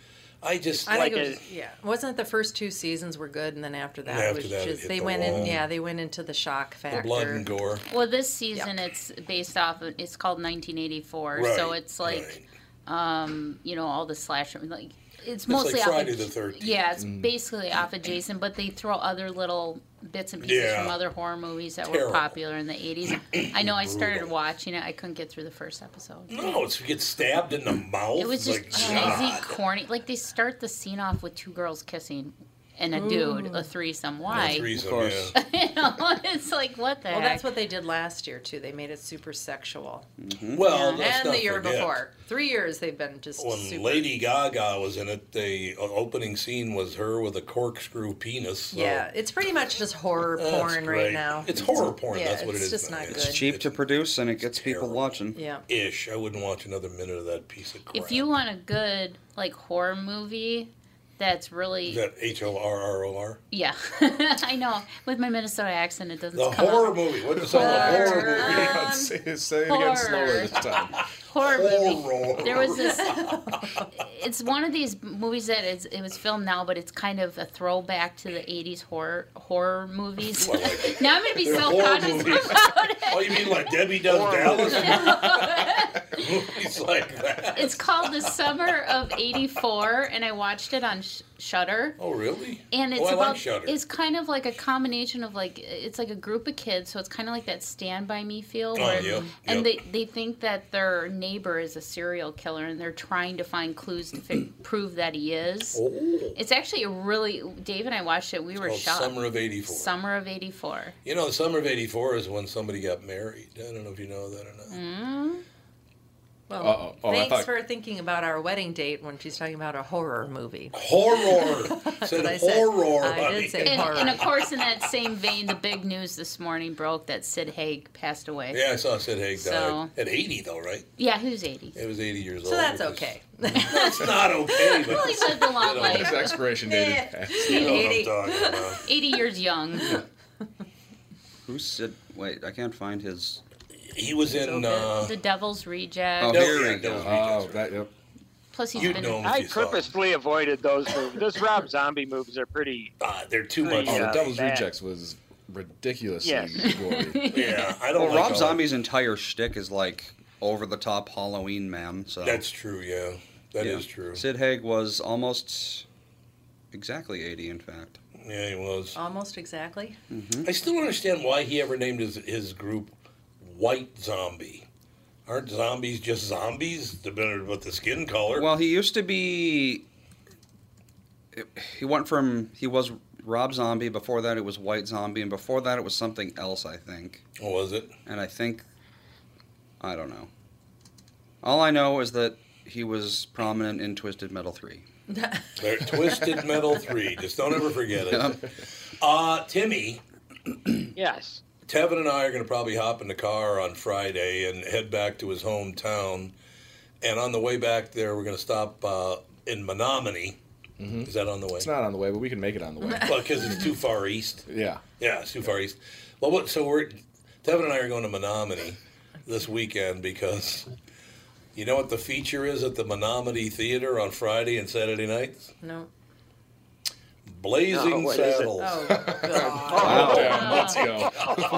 S1: I just
S7: I
S1: like
S7: think it was, yeah. Wasn't it the first two seasons were good, and then after that
S1: After
S7: it was
S1: that, it
S7: just
S1: hit
S7: they
S1: the
S7: went in.
S1: wall.
S7: Yeah, they went into the shock
S1: the
S7: factor.
S1: blood and gore.
S4: Well, this season it's based off. of- It's called 1984, so
S1: Right,
S4: it's like, um, you know, all the slasher. Like it's
S1: It's like
S4: mostly off
S1: Friday
S4: of,
S1: the 13th.
S4: Yeah, it's basically off of Jason, but they throw other little bits and pieces
S1: Yeah.
S4: from other horror movies that
S1: Terrible.
S4: were popular in the 80s. I know I started
S1: Brutal.
S4: watching it. I couldn't get through the first episode.
S1: No, it's you get stabbed in the mouth.
S4: It was just
S1: like,
S4: cheesy,
S1: God.
S4: corny. Like they start the scene off with two girls kissing and a dude, a threesome. Why?
S1: A threesome,
S3: Of course.
S1: yeah.
S4: you know, it's like what the
S7: Well,
S4: heck?
S7: that's what they did last year too. They made it super sexual.
S1: Well, let's
S7: and
S1: not
S7: the year
S1: forget,
S7: before, three years they've been just
S1: When
S7: super.
S1: Lady Gaga was in it, the o- opening scene was her with a corkscrew penis. so
S7: Yeah, it's pretty much just horror
S1: that's
S7: porn right
S1: great.
S7: now.
S1: It's horror porn.
S7: yeah,
S1: that's what
S7: it's
S1: it is.
S7: just
S1: now.
S7: not
S1: It's
S7: good.
S3: Cheap to produce and it gets people
S1: terrible.
S3: watching.
S7: Yeah.
S1: Ish. I wouldn't watch another minute of that piece of crap.
S4: if you want a good like horror movie that's really
S1: Is that H O R R O R?
S4: yeah i know with my minnesota accent it doesn't
S1: The
S4: come
S1: horror
S4: up.
S1: movie. What is the horror movie?
S2: say, it- say it again slower
S4: horror.
S2: this time.
S4: horror movie
S1: Horror.
S4: there was this it's one of these movies that is it was filmed now but it's kind of a throwback to the 80s horror horror movies now i'm gonna be
S1: They're horror
S4: self-conscious
S1: movies.
S4: about it
S1: Oh, you mean like Debbie Does Dallas? Movies like that.
S4: it's called the summer of 84 and i watched it on Sh- shutter
S1: Oh, really?
S4: and it's
S1: oh, I
S4: about
S1: like Shudder.
S4: it's kind of like a combination of like it's like a group of kids so it's kind of like that stand by me feel
S1: Oh,
S4: where,
S1: yep,
S4: and
S1: yep.
S4: they they think that their neighbor is a serial killer and they're trying to find clues to fi- prove that he is
S1: oh,
S4: it's actually a really dave and i watched it we were
S1: called
S4: shocked
S1: Summer of '84.
S4: Summer of 84
S1: You know, the summer of '84 is when somebody got married. I don't know if you know that or not.
S7: Mm. Well,
S2: Uh-oh. Oh, I
S7: thanks
S2: thought-
S7: for thinking about our wedding date when she's talking about a horror movie.
S1: Horror.
S7: But I
S1: said
S7: said-
S1: horror.
S7: I
S1: honey.
S7: did say
S4: and,
S7: horror.
S4: and of course in that same vein the big news this morning broke that sid haig passed away
S1: Yeah, I saw Sid Haig died
S4: So-
S1: at 80 though, right?
S4: yeah who's 80
S1: It was 80 years
S7: so
S1: old.
S7: that's
S1: which is-
S7: okay.
S1: It's not okay, but
S4: he lived a long
S2: His
S4: life
S2: expiration date. is-
S1: you know what I'm
S7: 80.
S1: talking about.
S4: 80 years young
S3: Who said? Wait, I can't find his.
S1: He was in. Uh,
S4: The Devil's Reject.
S3: Oh,
S1: Del-
S3: here
S1: yeah,
S3: we go.
S1: Devil's
S2: Oh,
S1: Rejects, right.
S2: that, yep.
S4: Plus, he's
S1: You'd
S4: been.
S1: know him if
S6: I
S1: you saw him.
S6: purposefully avoided those movies. Those Rob Zombie movies are pretty.
S1: Ah, they're too
S6: Oh,
S1: much.
S2: Oh,
S6: Yeah,
S2: the Devil's
S6: that-
S2: Rejects was ridiculously
S6: Yes.
S2: gory.
S1: Yeah, I
S3: Well,
S1: don't. like all
S3: Rob
S1: that.
S3: Zombie's entire shtick is like over the top Halloween man. So
S1: That's true. Yeah, that is
S3: Yeah.
S1: true.
S3: Sid Haig was almost exactly 80, in fact.
S1: Yeah, he was.
S7: Almost exactly.
S1: I still don't understand why he ever named his his group White Zombie. Aren't zombies just zombies? Depending on what the skin color.
S3: Well, he used to be. He went from he was Rob Zombie. Before that, it was White Zombie, and before that, it was something else. I think,
S1: What was it?
S3: and I think, I don't know. All I know is that he was prominent in Twisted Metal Three.
S1: They're Twisted Metal Three. Just don't ever forget it. Uh, Timmy,
S6: Yes.
S1: Tevin and I are going to probably hop in the car on Friday and head back to his hometown. And on the way back there, we're going to stop uh, in Menominee. Is that on the way?
S2: Mm-hmm. It's not on the way, but we can make it on the way.
S1: Well, because it's too far east.
S2: Yeah.
S1: Yeah, it's too far east. Well, what, so we're Tevin and I are going to Menominee this weekend because you know what the feature is at the Menominee Theater on Friday and Saturday nights?
S7: No.
S1: Blazing
S6: No, what is it?
S1: Saddles.
S7: Oh God.
S2: Oh, Damn, let's go.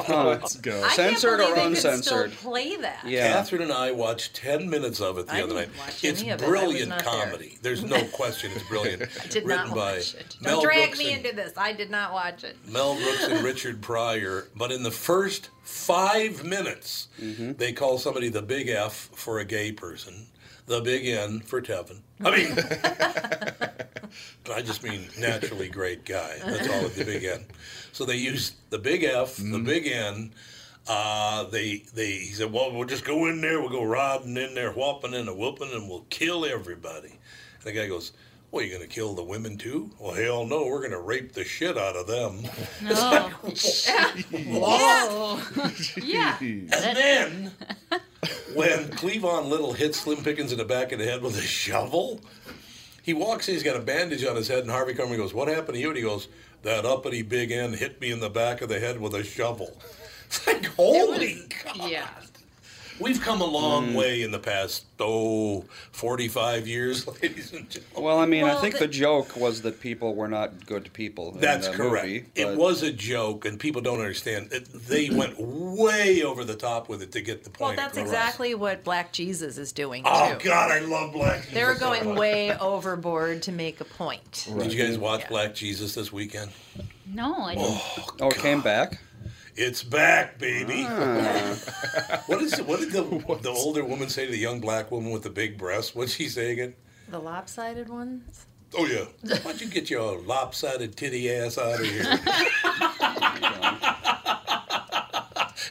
S2: let's go.
S7: I can't
S3: Censored or
S7: believe they could
S3: uncensored?
S7: Still play that.
S3: Yeah,
S1: Catherine and I watched 10 minutes of it the
S7: I
S1: other night.
S7: didn't watch
S1: It's
S7: any of it. I was
S1: brilliant
S7: not there.
S1: comedy. There's no question it's brilliant.
S7: Did
S1: Written
S7: not
S1: by
S7: watch it.
S1: Mel
S7: Don't drag
S1: Brooks
S7: me
S1: and-
S7: into this. I did not watch it.
S1: Mel Brooks and Richard Pryor, but in the first five minutes, they call somebody the big F for a gay person, the big N for Tevin. I mean, I just mean naturally great guy. That's all at the big N. So they used the big F, the big N. Uh, they they he said, well, we'll just go in there, we'll go riding in there, whopping and a whooping, and we'll kill everybody. And the guy goes, well, you gonna kill the women too? Well, hell no, we're gonna rape the shit out of them.
S4: No. Whoa. yeah.
S1: And then when Cleavon Little hits Slim Pickens in the back of the head with a shovel, He walks in, he's got a bandage on his head, and Harvey Korman goes, What happened to you? And he goes, That uppity big end hit me in the back of the head with a shovel. It's like, holy
S4: Yeah.
S1: We've come a long way in the past, oh, 45 years, ladies and gentlemen.
S3: Well, I mean,
S7: Well,
S3: I think
S7: the-
S3: the, joke was that people were not good people. in
S1: That's
S3: the
S1: correct.
S3: movie,
S1: it
S3: but-
S1: was a joke, and people don't understand. It, they went way over the top with it to get the
S7: Well,
S1: point.
S7: that's
S1: across.
S7: exactly what Black Jesus is doing too.
S1: Oh, God, I love Black Jesus.
S7: They were
S1: so
S7: going
S1: much.
S7: way overboard to make a point.
S1: Did you guys watch
S7: Yeah.
S1: Black Jesus this weekend?
S4: No, I didn't.
S3: Oh, it came back.
S1: It's back, baby.
S3: Ah.
S1: what is it? What did the, the older woman say to the young black woman with the big breasts? What'd she say again?
S7: The lopsided ones.
S1: Oh yeah. Why'd you get your lopsided titty ass out of here?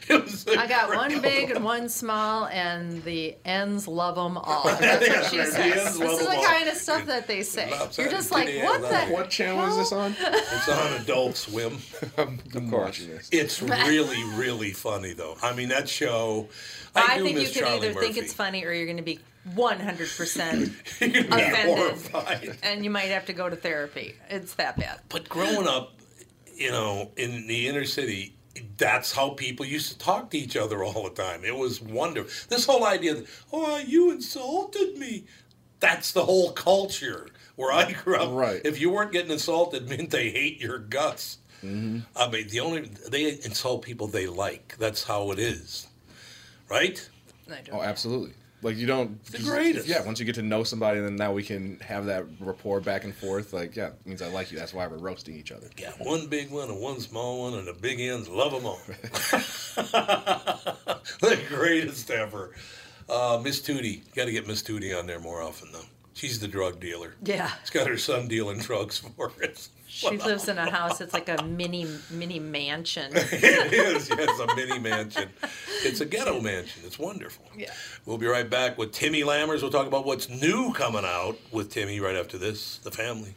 S1: It was
S7: I got one
S1: incredible.
S7: big and one small, and the ends love them all. That's what she
S1: Yeah, the ends
S7: says.
S1: love
S7: This is
S1: 'em
S7: the
S1: all.
S7: kind of stuff that they say. You're
S1: Lopsided
S7: just like,
S1: titty
S7: what
S1: ass
S7: the?
S1: out.
S2: What channel is this on?
S1: It's on Adult Swim. Mm.
S3: Of course.
S1: It's really, really funny though. I mean that show. I,
S7: I
S1: do
S7: think you
S1: miss
S7: can
S1: Charlie
S7: either
S1: Murphy.
S7: think it's funny or you're going to be 100%
S1: You're gonna be
S7: offended.
S1: horrified.
S7: and you might have to go to therapy. It's that bad.
S1: But growing up, you know, in the inner city, that's how people used to talk to each other all the time. It was wonderful. This whole idea that, oh, you insulted me, that's the whole culture where I grew up.
S2: Right.
S1: If you weren't getting insulted, it meant they hate your guts. I mean, the only, they insult people they like. That's how it is. Right?
S7: I don't
S2: Oh, absolutely. Like you don't.
S1: the greatest.
S2: Yeah, once you get to know somebody, then now we can have that rapport back and forth. Like, yeah, it means I like you. That's why we're roasting each other.
S1: Got one big one and one small one, and the big ends love them all. the greatest ever. Uh, Miss Tootie. Got to get Miss Tootie on there more often, though. She's the drug dealer.
S7: Yeah.
S1: She's got her son dealing drugs for us.
S7: She lives in a house. It's like a mini mini mansion.
S1: it is. Yeah, it's a mini mansion. It's a ghetto mansion. It's wonderful.
S7: Yeah.
S1: We'll be right back with Timmy Lammers. We'll talk about what's new coming out with Timmy right after this. The family.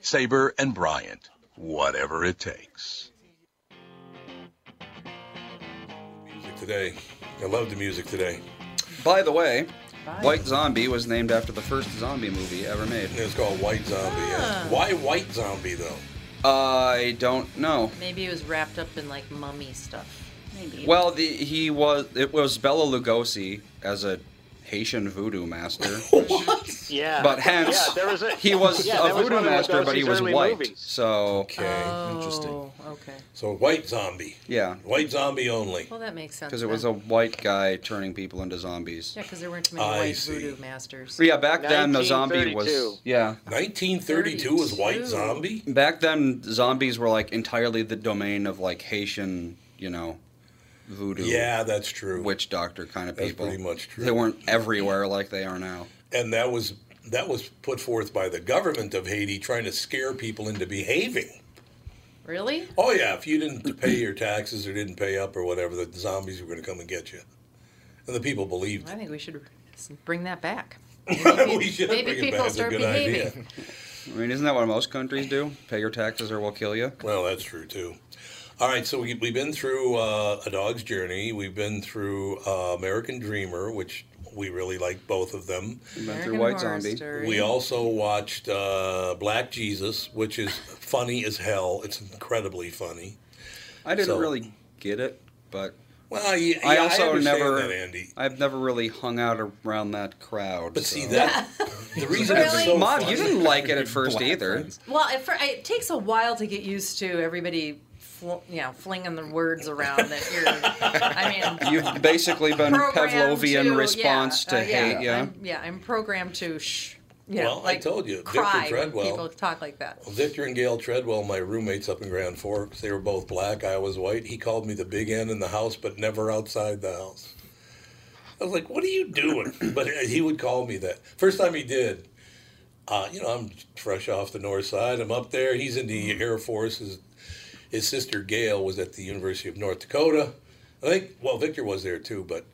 S1: Sabre and Bryant, whatever it takes. Music today. I love the music today.
S3: By the way, White Zombie was named after the first zombie movie ever made.
S1: It's called White Zombie. yeah. Why White Zombie, though?
S3: I don't know.
S7: Maybe it was wrapped up in like mummy stuff.
S4: Maybe.
S3: Well, the, he was. It was Bella Lugosi as a Haitian voodoo master.
S6: Yeah.
S3: But hence,
S6: yeah, there was a,
S3: he was
S6: yeah,
S3: a
S6: that was
S3: voodoo
S6: one of
S3: master, but he
S6: Lugosi's
S3: was
S6: early
S3: white.
S6: movies.
S3: So
S1: Okay.
S7: Oh,
S2: Interesting.
S7: Okay.
S1: So White Zombie.
S3: yeah,
S1: White Zombie only.
S7: Well, that makes sense.
S3: because it was a
S7: then.
S3: white guy turning people into zombies.
S7: yeah, because there weren't too many
S1: I
S7: white
S1: see.
S7: voodoo masters.
S3: Yeah, back then the zombie
S6: 1932.
S3: was yeah.
S1: 1932 was White
S7: 32.
S1: Zombie?
S3: Back then, zombies were like entirely the domain of like Haitian, you know, voodoo.
S1: Yeah, that's true.
S3: witch doctor kind of
S1: That's
S3: people.
S1: pretty much true.
S3: They weren't everywhere like they are now.
S1: and that was that was put forth by the government of Haiti trying to scare people into behaving.
S4: Really?
S1: Oh yeah, if you didn't pay your taxes or didn't pay up or whatever, the zombies were going to come and get you. And the people believed.
S7: I think we should bring that back.
S1: we should
S7: maybe
S1: bring it
S7: people
S1: back. It's a
S7: start
S1: good
S7: behaving.
S1: idea.
S3: I mean, isn't that what most countries do? Pay your taxes or we'll kill you.
S1: Well, that's true too. All right, so we, we've been through uh, A Dog's Journey. We've been through uh, American Dreamer, which we really like both of them.
S3: We've been through American White Horror Zombie. Story.
S1: We also watched uh, Black Jesus, which is funny as hell. It's incredibly funny.
S3: I didn't
S1: So-
S3: really get it, but
S1: Well, yeah,
S3: I
S1: yeah, I
S3: also
S1: understand
S3: never,
S1: that, Andy.
S3: I've never really hung out around that crowd. But
S1: see that- the reason
S7: it's Really? so
S3: Mom,
S7: funny-
S3: you didn't like it at first either.
S7: Well, it, fir- it takes a while to get used to everybody, fl- you know, flinging the words around that you're. I mean,
S3: You've basically been
S7: programmed
S3: Pavlovian
S7: to-
S3: response
S7: yeah,
S3: to
S7: uh,
S3: hate. Yeah,
S7: I'm, yeah, I'm programmed to shh. You know,
S1: Well, I
S7: like
S1: told you, Victor
S7: cry when
S1: Treadwell.
S7: people talk like that.
S1: Victor and Gail Treadwell, my roommates up in Grand Forks, they were both black. I was white. He called me the big N in the house, but never outside the house. I was like, "What are you doing?" But he would call me that. First time he did, uh, you know, I'm fresh off the North Side. I'm up there. He's in the Air Force. His, his sister Gail was at the University of North Dakota. I think. Well, Victor was there too, but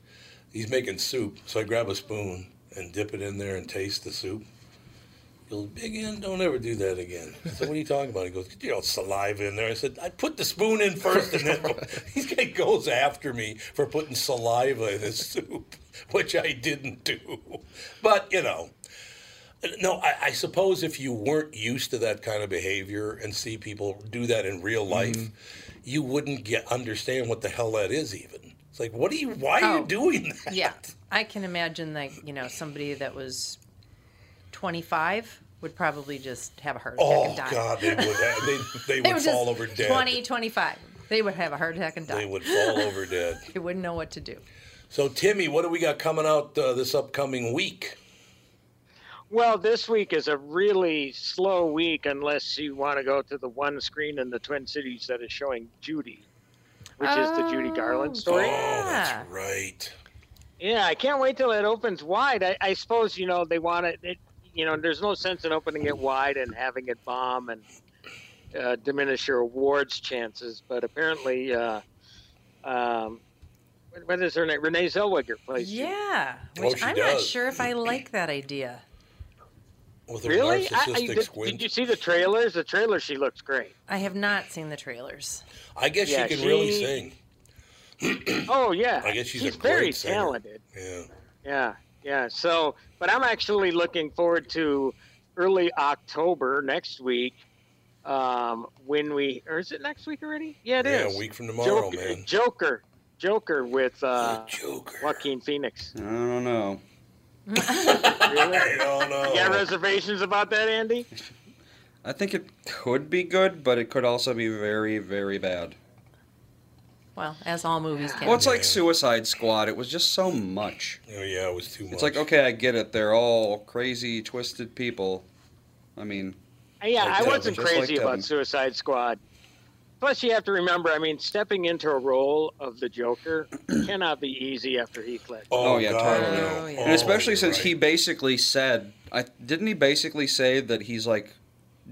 S1: he's making soup. So I grab a spoon and dip it in there and taste the soup. You'll big N, don't ever do that again. I said, what are you talking about? He goes, you know, saliva in there. I said, I put the spoon in first, and then this guy goes after me for putting saliva in his soup, which I didn't do. But you know, no, I, I suppose if you weren't used to that kind of behavior and see people do that in real
S7: Mm-hmm.
S1: life, you wouldn't get understand what the hell that is. Even it's like, what are you? Why are
S7: Oh.
S1: you doing that?
S7: Yeah, I can imagine like you know somebody that was 25 would probably just have a heart attack
S1: Oh
S7: and die.
S1: God, they would they, they, would
S7: just
S1: fall over dead.
S7: 20, 25. They would have a heart attack and die.
S1: They would fall over dead.
S7: They wouldn't know what to do.
S1: So, Timmy, what do we got coming out uh, this upcoming week?
S6: Well, this week is a really slow week unless you want to go to the one screen in the Twin Cities that is showing Judy, which is the Judy Garland story.
S1: Oh, that's right.
S6: Yeah, I can't wait till it opens wide. I, I suppose you know they want it, it. You know, there's no sense in opening it wide and having it bomb and uh, diminish your awards chances. But apparently, uh, um, what- what is her name? Renee Zellweger plays. Judy.
S7: Yeah,
S6: Oh,
S7: which
S6: she
S7: I'm not
S6: does.
S7: sure if I like that idea.
S1: With
S7: her
S6: really? I, I,
S7: narcissistic
S6: did,
S7: squint.
S6: did you see the trailers? The trailer, she looks great.
S7: I have not seen the trailers.
S1: I guess
S6: Yeah,
S1: she can really
S6: she-
S1: sing.
S6: Oh yeah,
S1: I guess she's,
S6: she's
S1: a great
S6: very
S1: singer.
S6: talented.
S1: Yeah.
S6: Yeah, yeah. So, but I'm actually looking forward to early October next week um, when we, or is it next week already? Yeah, it is.
S1: Yeah, a week from tomorrow,
S6: Joker,
S1: man.
S6: Joker, Joker with uh, Joaquin Phoenix.
S3: I don't know.
S6: Really? I
S1: don't know.
S6: You got reservations about that, Andy?
S3: I think it could be good, but it could also be very, very bad.
S7: Well, as all movies can.
S3: Well, it's like Suicide Squad. It was just so much.
S1: Oh yeah, it was too much.
S3: It's like okay, I get it. They're all crazy, twisted people. I mean,
S6: Yeah,
S3: Like
S6: I
S3: Devin,
S6: wasn't
S3: just
S6: crazy
S3: like Devin.
S6: about Suicide Squad. Plus, you have to remember, I mean, stepping into a role of the Joker cannot be easy after Heath Ledger.
S3: Oh, yeah, totally. And
S1: Oh,
S3: especially since he basically said, I didn't he basically say that he's like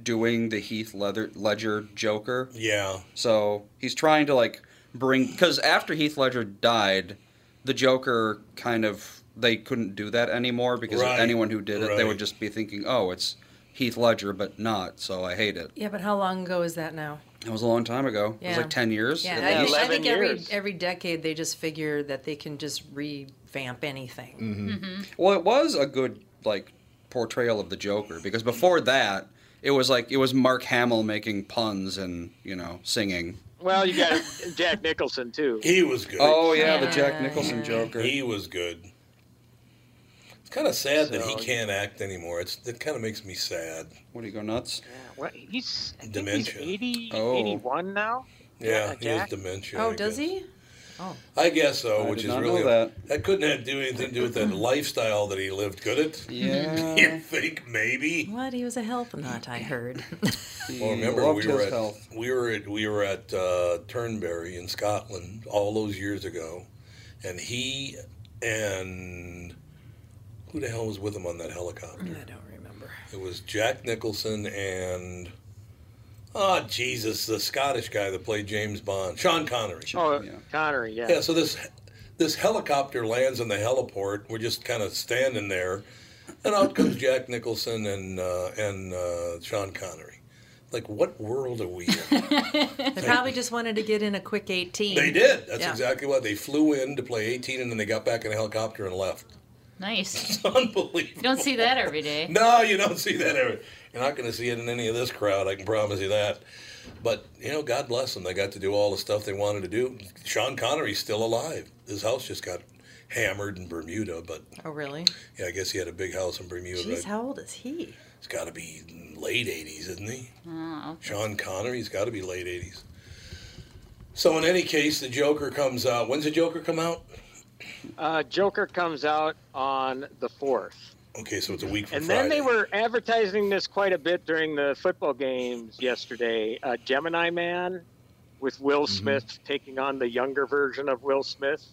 S3: doing the Heath Leather, Ledger Joker?
S1: Yeah.
S3: So he's trying to like bring because after Heath Ledger died, the Joker kind of they couldn't do that anymore because
S1: Right,
S3: anyone who did it, they
S1: right.
S3: would just be thinking, oh, it's Heath Ledger, but not. So I hate it.
S7: Yeah, but how long ago is that now?
S3: It was a long time ago. It was
S7: Yeah.
S3: like ten years.
S7: Yeah,
S3: at
S7: I,
S3: least.
S7: think- I think every every decade they just figure that they can just revamp anything.
S3: Mhm. Well, it was a good like portrayal of the Joker because before that, it was like it was Mark Hamill making puns and you know singing.
S6: Well, you got Jack Nicholson too.
S1: He was good.
S3: Oh yeah, the Jack Nicholson Joker.
S1: He was good. It's kind of sad that he can't act anymore. It's it kind of makes me sad.
S3: What do you go nuts?
S6: Well, he's I think
S1: Oh. Dementia.
S6: He's 80,
S1: Oh.
S6: 81 now.
S1: Yeah, he
S6: Jack?
S1: has
S7: Oh,
S6: Oh,
S1: dementia. I guess.
S7: he?
S1: I guess so,
S3: I
S1: which
S3: did
S1: is
S3: not
S1: really
S3: know that.
S1: couldn't have do anything to do with that lifestyle that he lived, could it?
S3: Yeah.
S1: you think maybe?
S7: What he was a help nut, I heard.
S1: Well, remember
S3: loved
S1: we were
S3: his
S1: at
S3: health.
S1: we were at we were at uh, Turnberry in Scotland all those years ago, and he and who the hell was with him on that helicopter? I don't remember. It was Jack Nicholson and Oh, Jesus, the Scottish guy that played James Bond, Sean Connery.
S6: Oh, Connery, yeah.
S1: Yeah, so this this helicopter lands in the heliport. We're just kind of standing there, and out comes Jack Nicholson and uh, and uh, Sean Connery. Like, what world are we in?
S7: They probably just wanted to get in a quick 18.
S1: they did. That's
S7: Yeah.
S1: exactly what they flew in to play 18, and then they got back in a helicopter and left.
S4: Nice.
S1: Unbelievable.
S4: You don't see that every day.
S1: No, Oh, you don't see that ever. You're not going to see it in any of this crowd. I can promise you that. But you know, God bless them. They got to do all the stuff they wanted to do. Sean Connery's still alive. His house just got hammered in Bermuda, but
S7: Oh, really?
S1: yeah, I guess he had a big house in Bermuda.
S7: Jeez, how old is he?
S1: It's got to be late '80s, isn't he?
S7: Oh,
S1: Sean Connery's got to be late '80s. So in any case, the Joker comes out. When's the Joker come out?
S6: Uh, Joker comes out on the fourth.
S1: Okay, so it's a week from
S6: And
S1: Friday.
S6: then they were advertising this quite a bit during the football games yesterday. Uh, Gemini Man with Will Smith taking on the younger version of Will Smith,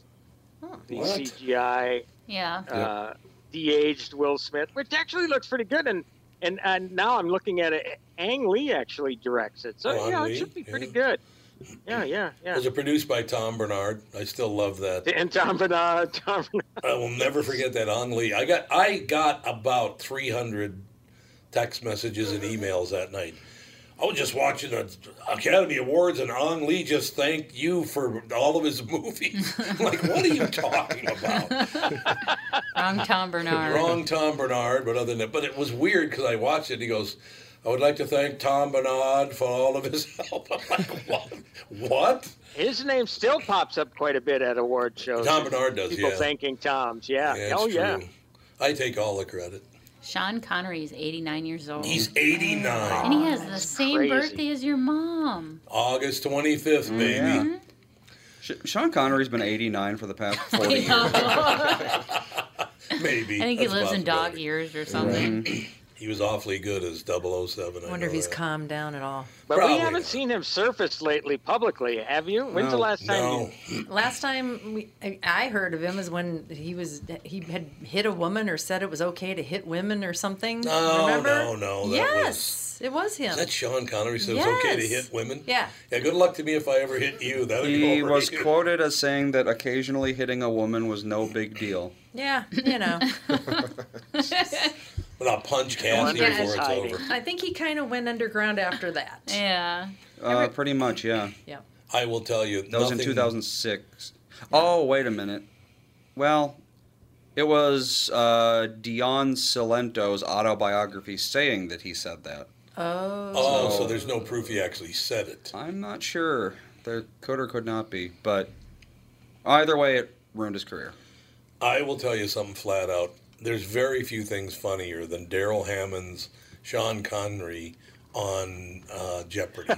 S6: the
S4: What?
S6: CGI
S4: Yeah.
S6: uh, de-aged Will Smith, which actually looks pretty good. And and, and now I'm looking at it. Ang Lee actually directs it, so
S1: Oh, Ang
S6: yeah,
S1: Lee,
S6: it should be pretty
S1: yeah.
S6: good. Yeah, yeah, yeah.
S1: Was it produced by Tom Bernard? I still love that.
S6: And Tom Bernard, Tom Bernard.
S1: I will never forget that on Lee. I got I got about 300 text messages and emails that night. I was just watching the Academy Awards, and On Lee just thanked you for all of his movies. like, what are you talking about?
S4: Wrong Tom Bernard.
S1: Wrong Tom Bernard, but other than that, but it was weird because I watched it. And he goes, "I would like to thank Tom Bernard for all of his help." I'm like, what? what?
S6: His name still pops up quite a bit at award shows.
S1: Tom Bernard does,
S6: People
S1: yeah.
S6: thanking Tom's, yeah.
S1: Yeah, it's
S6: oh yeah.
S1: true. I take all the credit.
S4: Sean Connery is 89 years old.
S1: He's 89.
S4: and he has the same
S1: crazy.
S4: birthday as your mom.
S1: August 25th,
S3: Mm,
S1: baby.
S3: Sh- Sean Connery's been 89 for the past 40 years.
S1: Maybe.
S4: I think he
S1: That's
S4: lives in
S1: possible.
S4: dog years or something.
S1: He was awfully good as 007. I
S7: wonder if
S1: know
S7: he's
S1: that.
S7: calmed down at all.
S6: But
S1: Probably
S6: we haven't seen him surface lately publicly, have you? When's the
S1: No.
S6: last time?
S1: No.
S7: Last time we, I- I heard of him is when he was he had hit a woman or said it was okay to hit women or something.
S1: No,
S7: Remember?
S1: no, no. That
S7: yes, it was him.
S1: Was, that Sean Connery said it's okay to hit women?
S7: Yeah.
S1: Yeah, good luck to me if I ever hit you. That'll
S3: He
S1: go over
S3: was
S1: you.
S3: quoted as saying that occasionally hitting a woman was no big deal.
S7: Yeah, you know.
S1: But I'll punch Kathy
S3: wonder
S1: before
S3: he's
S1: it's
S3: hiding.
S1: over.
S7: I think he kind of went underground after that.
S4: Yeah.
S3: Uh, pretty much, yeah.
S7: Yeah.
S1: I will tell you.
S3: That was in
S1: nothing-
S3: 2006. Oh, wait a minute. Well, it was uh, Dion Silento's autobiography saying that he said that.
S7: Oh.
S1: Oh, so there's no proof he actually said it.
S3: I'm not sure. There could or could not be, but either way, it ruined his career.
S1: I will tell you something flat out. There's very few things funnier than Daryl Hammond's Sean Connery on uh, Jeopardy.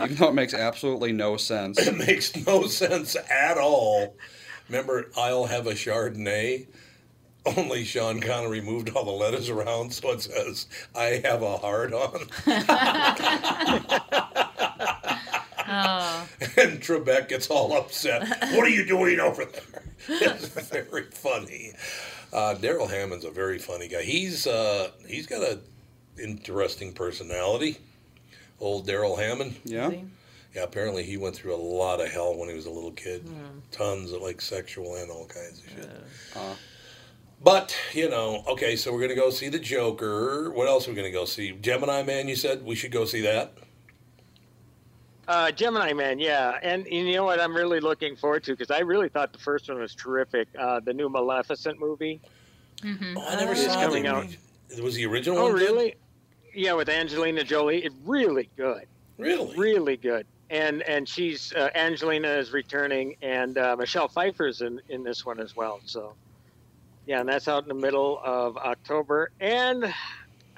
S3: Even though it makes absolutely no sense.
S1: it makes no sense at all. Remember, I'll have a Chardonnay. Only Sean Connery moved all the letters around, so it says, I have a hard on.
S4: Oh.
S1: And Trebek gets all upset. What are you doing over there? It's very funny. Uh, Daryl Hammond's a very funny guy. He's uh, he's got a interesting personality. Old Daryl Hammond.
S3: Yeah.
S1: Yeah. Apparently, he went through a lot of hell when he was a little kid. Tons of like sexual and all kinds of shit. But you know, okay. So we're gonna go see the Joker. What else are we gonna go see? Gemini Man. You said we should go see that.
S6: Uh, Gemini Man, yeah. And, and you know what I'm really looking forward to? Because I really thought the first one was terrific. Uh, the new Maleficent movie.
S1: Oh, I never
S6: It's
S1: saw
S6: coming
S1: the-
S6: out.
S1: It was the original
S6: Oh,
S1: one. good?
S6: really? Yeah, with Angelina Jolie. It really good.
S1: Really?
S6: Really good. And and she's uh, Angelina is returning, and uh, Michelle Pfeiffer's in in this one as well. So, yeah, and that's out in the middle of October. And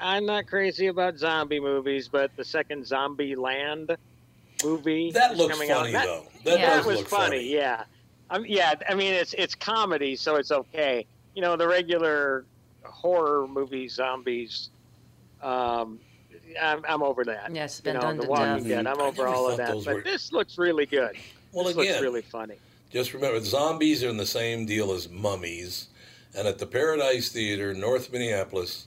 S6: I'm not crazy about zombie movies, but the second Zombie Land movie
S1: That
S6: is
S1: looks
S6: coming
S1: funny,
S6: out.
S1: though. That does
S6: was
S1: look
S6: funny.
S1: funny.
S6: Yeah, um, yeah. I mean, it's it's comedy, so it's okay. You know, the regular horror movie zombies. Um, I'm, I'm over that.
S7: Yes,
S6: you
S7: been
S6: know,
S7: done
S6: the
S7: to
S6: Walking
S7: death.
S6: Dead. I'm
S7: I
S6: over
S7: never
S6: all
S1: thought
S6: of that.
S1: those
S6: But
S1: were-
S6: this looks really good.
S1: Well,
S6: this looks
S1: again,
S6: really funny.
S1: Just remember, zombies are in the same deal as mummies, and at the Paradise Theater, in North Minneapolis,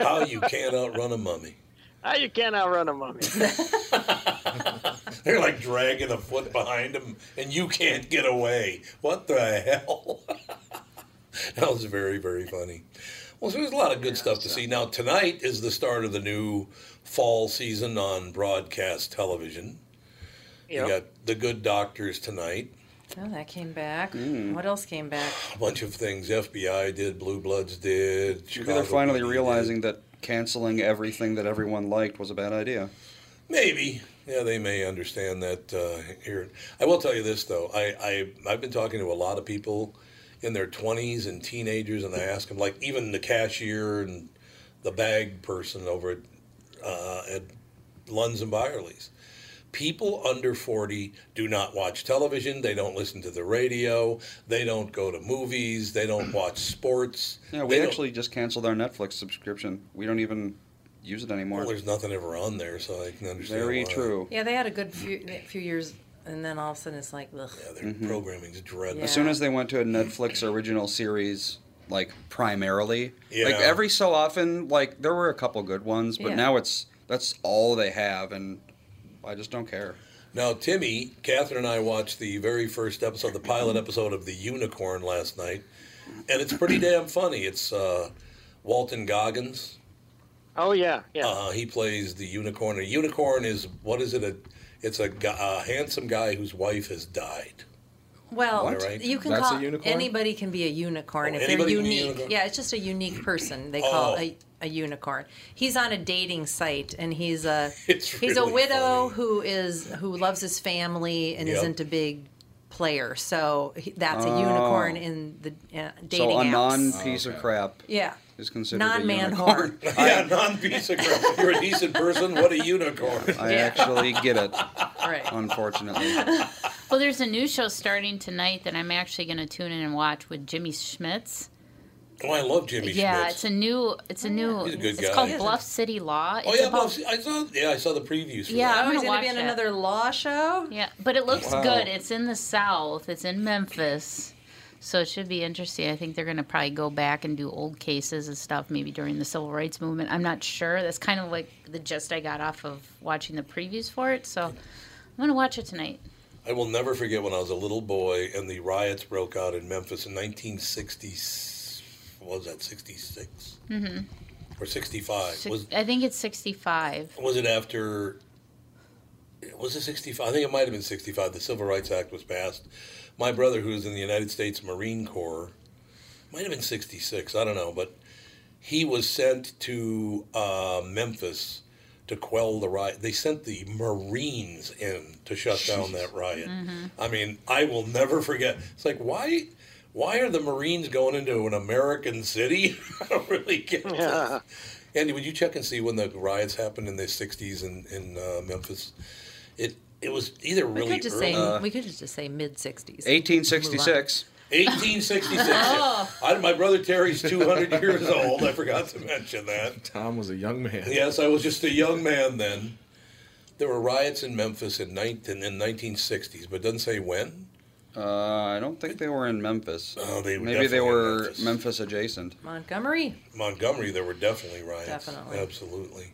S1: how you can't outrun a mummy.
S6: Ah, you can't outrun a mummy.
S1: They're like dragging a foot behind them, and you can't get away. What the hell? that was very, very funny. Well, so there's a lot of good stuff to see. Now, tonight is the start of the new fall season on broadcast television. You got The Good Doctors tonight.
S7: Oh, that came back.
S1: Mm.
S7: What else came back?
S1: A bunch of things FBI did, Blue Bloods did.
S3: Maybe they're
S1: Chicago
S3: finally
S1: PD did.
S3: realizing that canceling everything that everyone liked was a bad idea.
S1: Maybe. Yeah, they may understand that uh, here. I will tell you this though. I, I I've been talking to a lot of people in their twenties and teenagers, and I ask them like even the cashier and the bag person over at, uh, at Lunds and Byerly's. People under 40 do not watch television. They don't listen to the radio. They don't go to movies. They don't watch sports.
S3: Yeah, we
S1: They don't-
S3: actually just canceled our Netflix subscription. We don't even use it anymore.
S1: Well, there's uh, nothing ever on there, so I can understand.
S3: Very
S1: why.
S3: true.
S7: Yeah, they had a good few few years, and then all of a sudden it's like, ugh.
S3: Mhm.
S1: Programming's dreadful.
S3: As soon as they went to a Netflix original series, like primarily, like
S1: Yeah.
S3: every so often, like there were a couple good ones, but
S1: Yeah.
S3: now it's that's all they have, and I just don't care.
S1: Now, Timmy, Catherine, and I watched the very first episode, the pilot episode of The Unicorn last night, and it's pretty damn funny. It's uh, Walton Goggins.
S6: Oh yeah, yeah.
S1: Uh, he plays the unicorn. A unicorn is what is it? A it's a, gu- a handsome guy whose wife has died.
S7: Well,
S1: Am I right?
S7: you can
S1: That's a
S7: call
S1: unicorn?
S7: anybody can be a unicorn
S1: Oh,
S7: if they're
S1: anybody can be a
S7: unique.
S1: unicorn?
S7: Yeah, it's just a unique person. They call
S1: Oh.
S7: a, a unicorn. He's on a dating site, and he's a
S1: It's
S7: he's
S1: really
S7: a widow who is who loves his family and
S3: Yep.
S7: isn't a big player. So he, that's
S3: Oh.
S7: a unicorn in the uh, dating
S3: so a
S7: apps.
S3: non piece
S1: Oh,
S3: of crap
S7: Yeah.
S3: is considered a
S7: Non-man
S3: unicorn.
S1: yeah, non piece of crap. If You're a decent person. What a unicorn!
S3: I actually get it.
S7: Right.
S3: Unfortunately.
S4: well, there's a new show starting tonight that I'm actually going to tune in and watch with Jimmy Schmitz.
S1: Oh, I love Jimmy
S4: yeah,
S1: Schmidt.
S4: it's a new. It's a new.
S1: He's a good
S4: it's
S1: guy.
S4: called
S1: Yeah.
S4: Bluff City Law.
S1: Oh
S4: It's
S1: yeah,
S4: about-
S1: Bob, I saw. Yeah, I saw the previews. For
S4: Yeah,
S1: that.
S4: I'm
S7: Oh, he's gonna
S4: gonna
S7: be
S4: watch
S7: on
S4: it.
S7: another law show.
S4: Yeah, but it looks
S1: Wow.
S4: good. It's in the South. It's in Memphis. So it should be interesting. I think they're going to probably go back and do old cases and stuff, maybe during the civil rights movement. I'm not sure. That's kind of like the gist I got off of watching the previews for it. So I'm going to watch it tonight.
S1: I will never forget when I was a little boy and the riots broke out in Memphis in 1960. What was that 66
S4: hmm
S1: or 65? was
S4: I think it's 65.
S1: was it after? Was it 65? I think it might have been 65. The Civil Rights Act was passed. My brother, who was in the United States Marine Corps, might have been 66. I don't know, but he was sent to uh, Memphis to quell the riot. They sent the Marines in to shut down that riot.
S7: Mm-hmm.
S10: Mhm.
S1: I mean, I will never forget. It's like why, why are the Marines going into an American city? I don't really get this. Andy, would you check and see when the riots happened in the '60s in in uh, Memphis? It it was either
S7: We
S1: really
S7: could just
S1: early.
S7: say we could just say mid sixties.
S3: 1866.
S1: 1866.
S7: Oh.
S1: I, my brother Terry's 200 years old. I forgot to mention that.
S2: Tom was a young man.
S1: Yes, I was just a young man then. There were riots in Memphis in 19, in 1960s, but it doesn't say when.
S3: Uh, I don't think they were in Memphis.
S1: Oh, they were
S3: Maybe they
S1: definitely in
S3: were Memphis. adjacent.
S7: Montgomery.
S1: Montgomery, there were definitely riots.
S7: Definitely.
S1: Absolutely.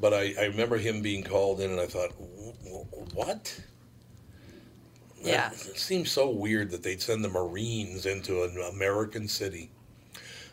S1: But I, I remember him being called in, and I thought, "W- w- what? That-
S7: Yeah.
S1: It seems so weird that they'd send the Marines into an American city.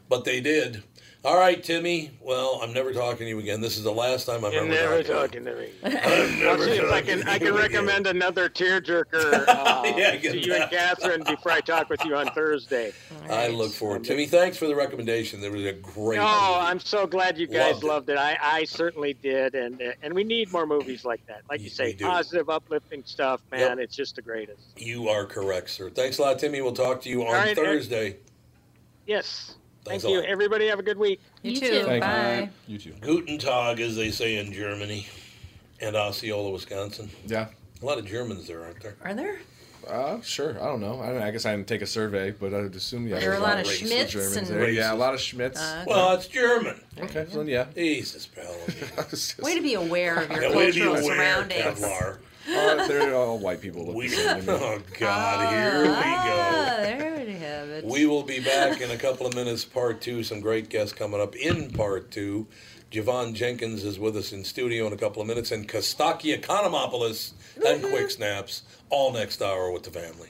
S1: But they did. All right, Timmy. Well, I'm never talking to you again. This is the last time I'm
S6: You're
S1: ever
S6: never
S1: talking
S6: to me.
S1: I'm
S6: I'll
S1: never
S6: see if I
S1: talking
S6: can.
S1: to
S6: I
S1: you
S6: can
S1: again.
S6: recommend another tearjerker uh,
S1: Yeah, get
S6: to you and
S1: that.
S6: Catherine before I talk with you on Thursday.
S1: I look forward. Timmy, thanks for the recommendation. There was a great.
S6: Oh, I'm so glad you guys
S1: Loved it.
S6: loved it. I, I certainly did, and uh, and we need more movies like that. Like you say,
S1: do.
S6: positive, uplifting stuff, man.
S1: Yep.
S6: It's just the greatest.
S1: You are correct, sir. Thanks a lot, Timmy. We'll talk to you on
S6: All right, Eric.
S1: Thursday.
S6: Yes.
S1: Thanks a
S6: Thank you.
S1: lot.
S6: Everybody have a good week.
S7: You You too. too. Thank you. Bye.
S1: You too. Guten Tag, as they say in Germany, and Osceola, Wisconsin.
S2: Yeah.
S1: A lot of Germans there, aren't there?
S7: Are there?
S2: Uh, sure. I don't know. I, don't, I guess I didn't take a survey, but I would assume yeah.
S7: There are a
S2: there's
S7: lot of
S2: racist
S7: Schmitz
S2: Germans
S7: and-
S2: there. Yeah, a lot of Schmitz.
S7: Uh, okay.
S1: Well, it's German.
S2: Okay, so then yeah.
S1: Jesus, pal.
S7: Way to be aware of your
S2: Yeah, way to be
S7: cultural
S2: aware,
S7: surroundings.
S2: Kevlar. Uh, they're all white people. Look the same to me.
S1: Oh God, here we go.
S7: Ah, there you have it.
S1: We will be back in a couple of minutes, part two. Some great guests coming up in part two. Javon Jenkins is with us in studio in a couple of minutes, and Kostaki Economopoulos and Quick Snaps all next hour with the family.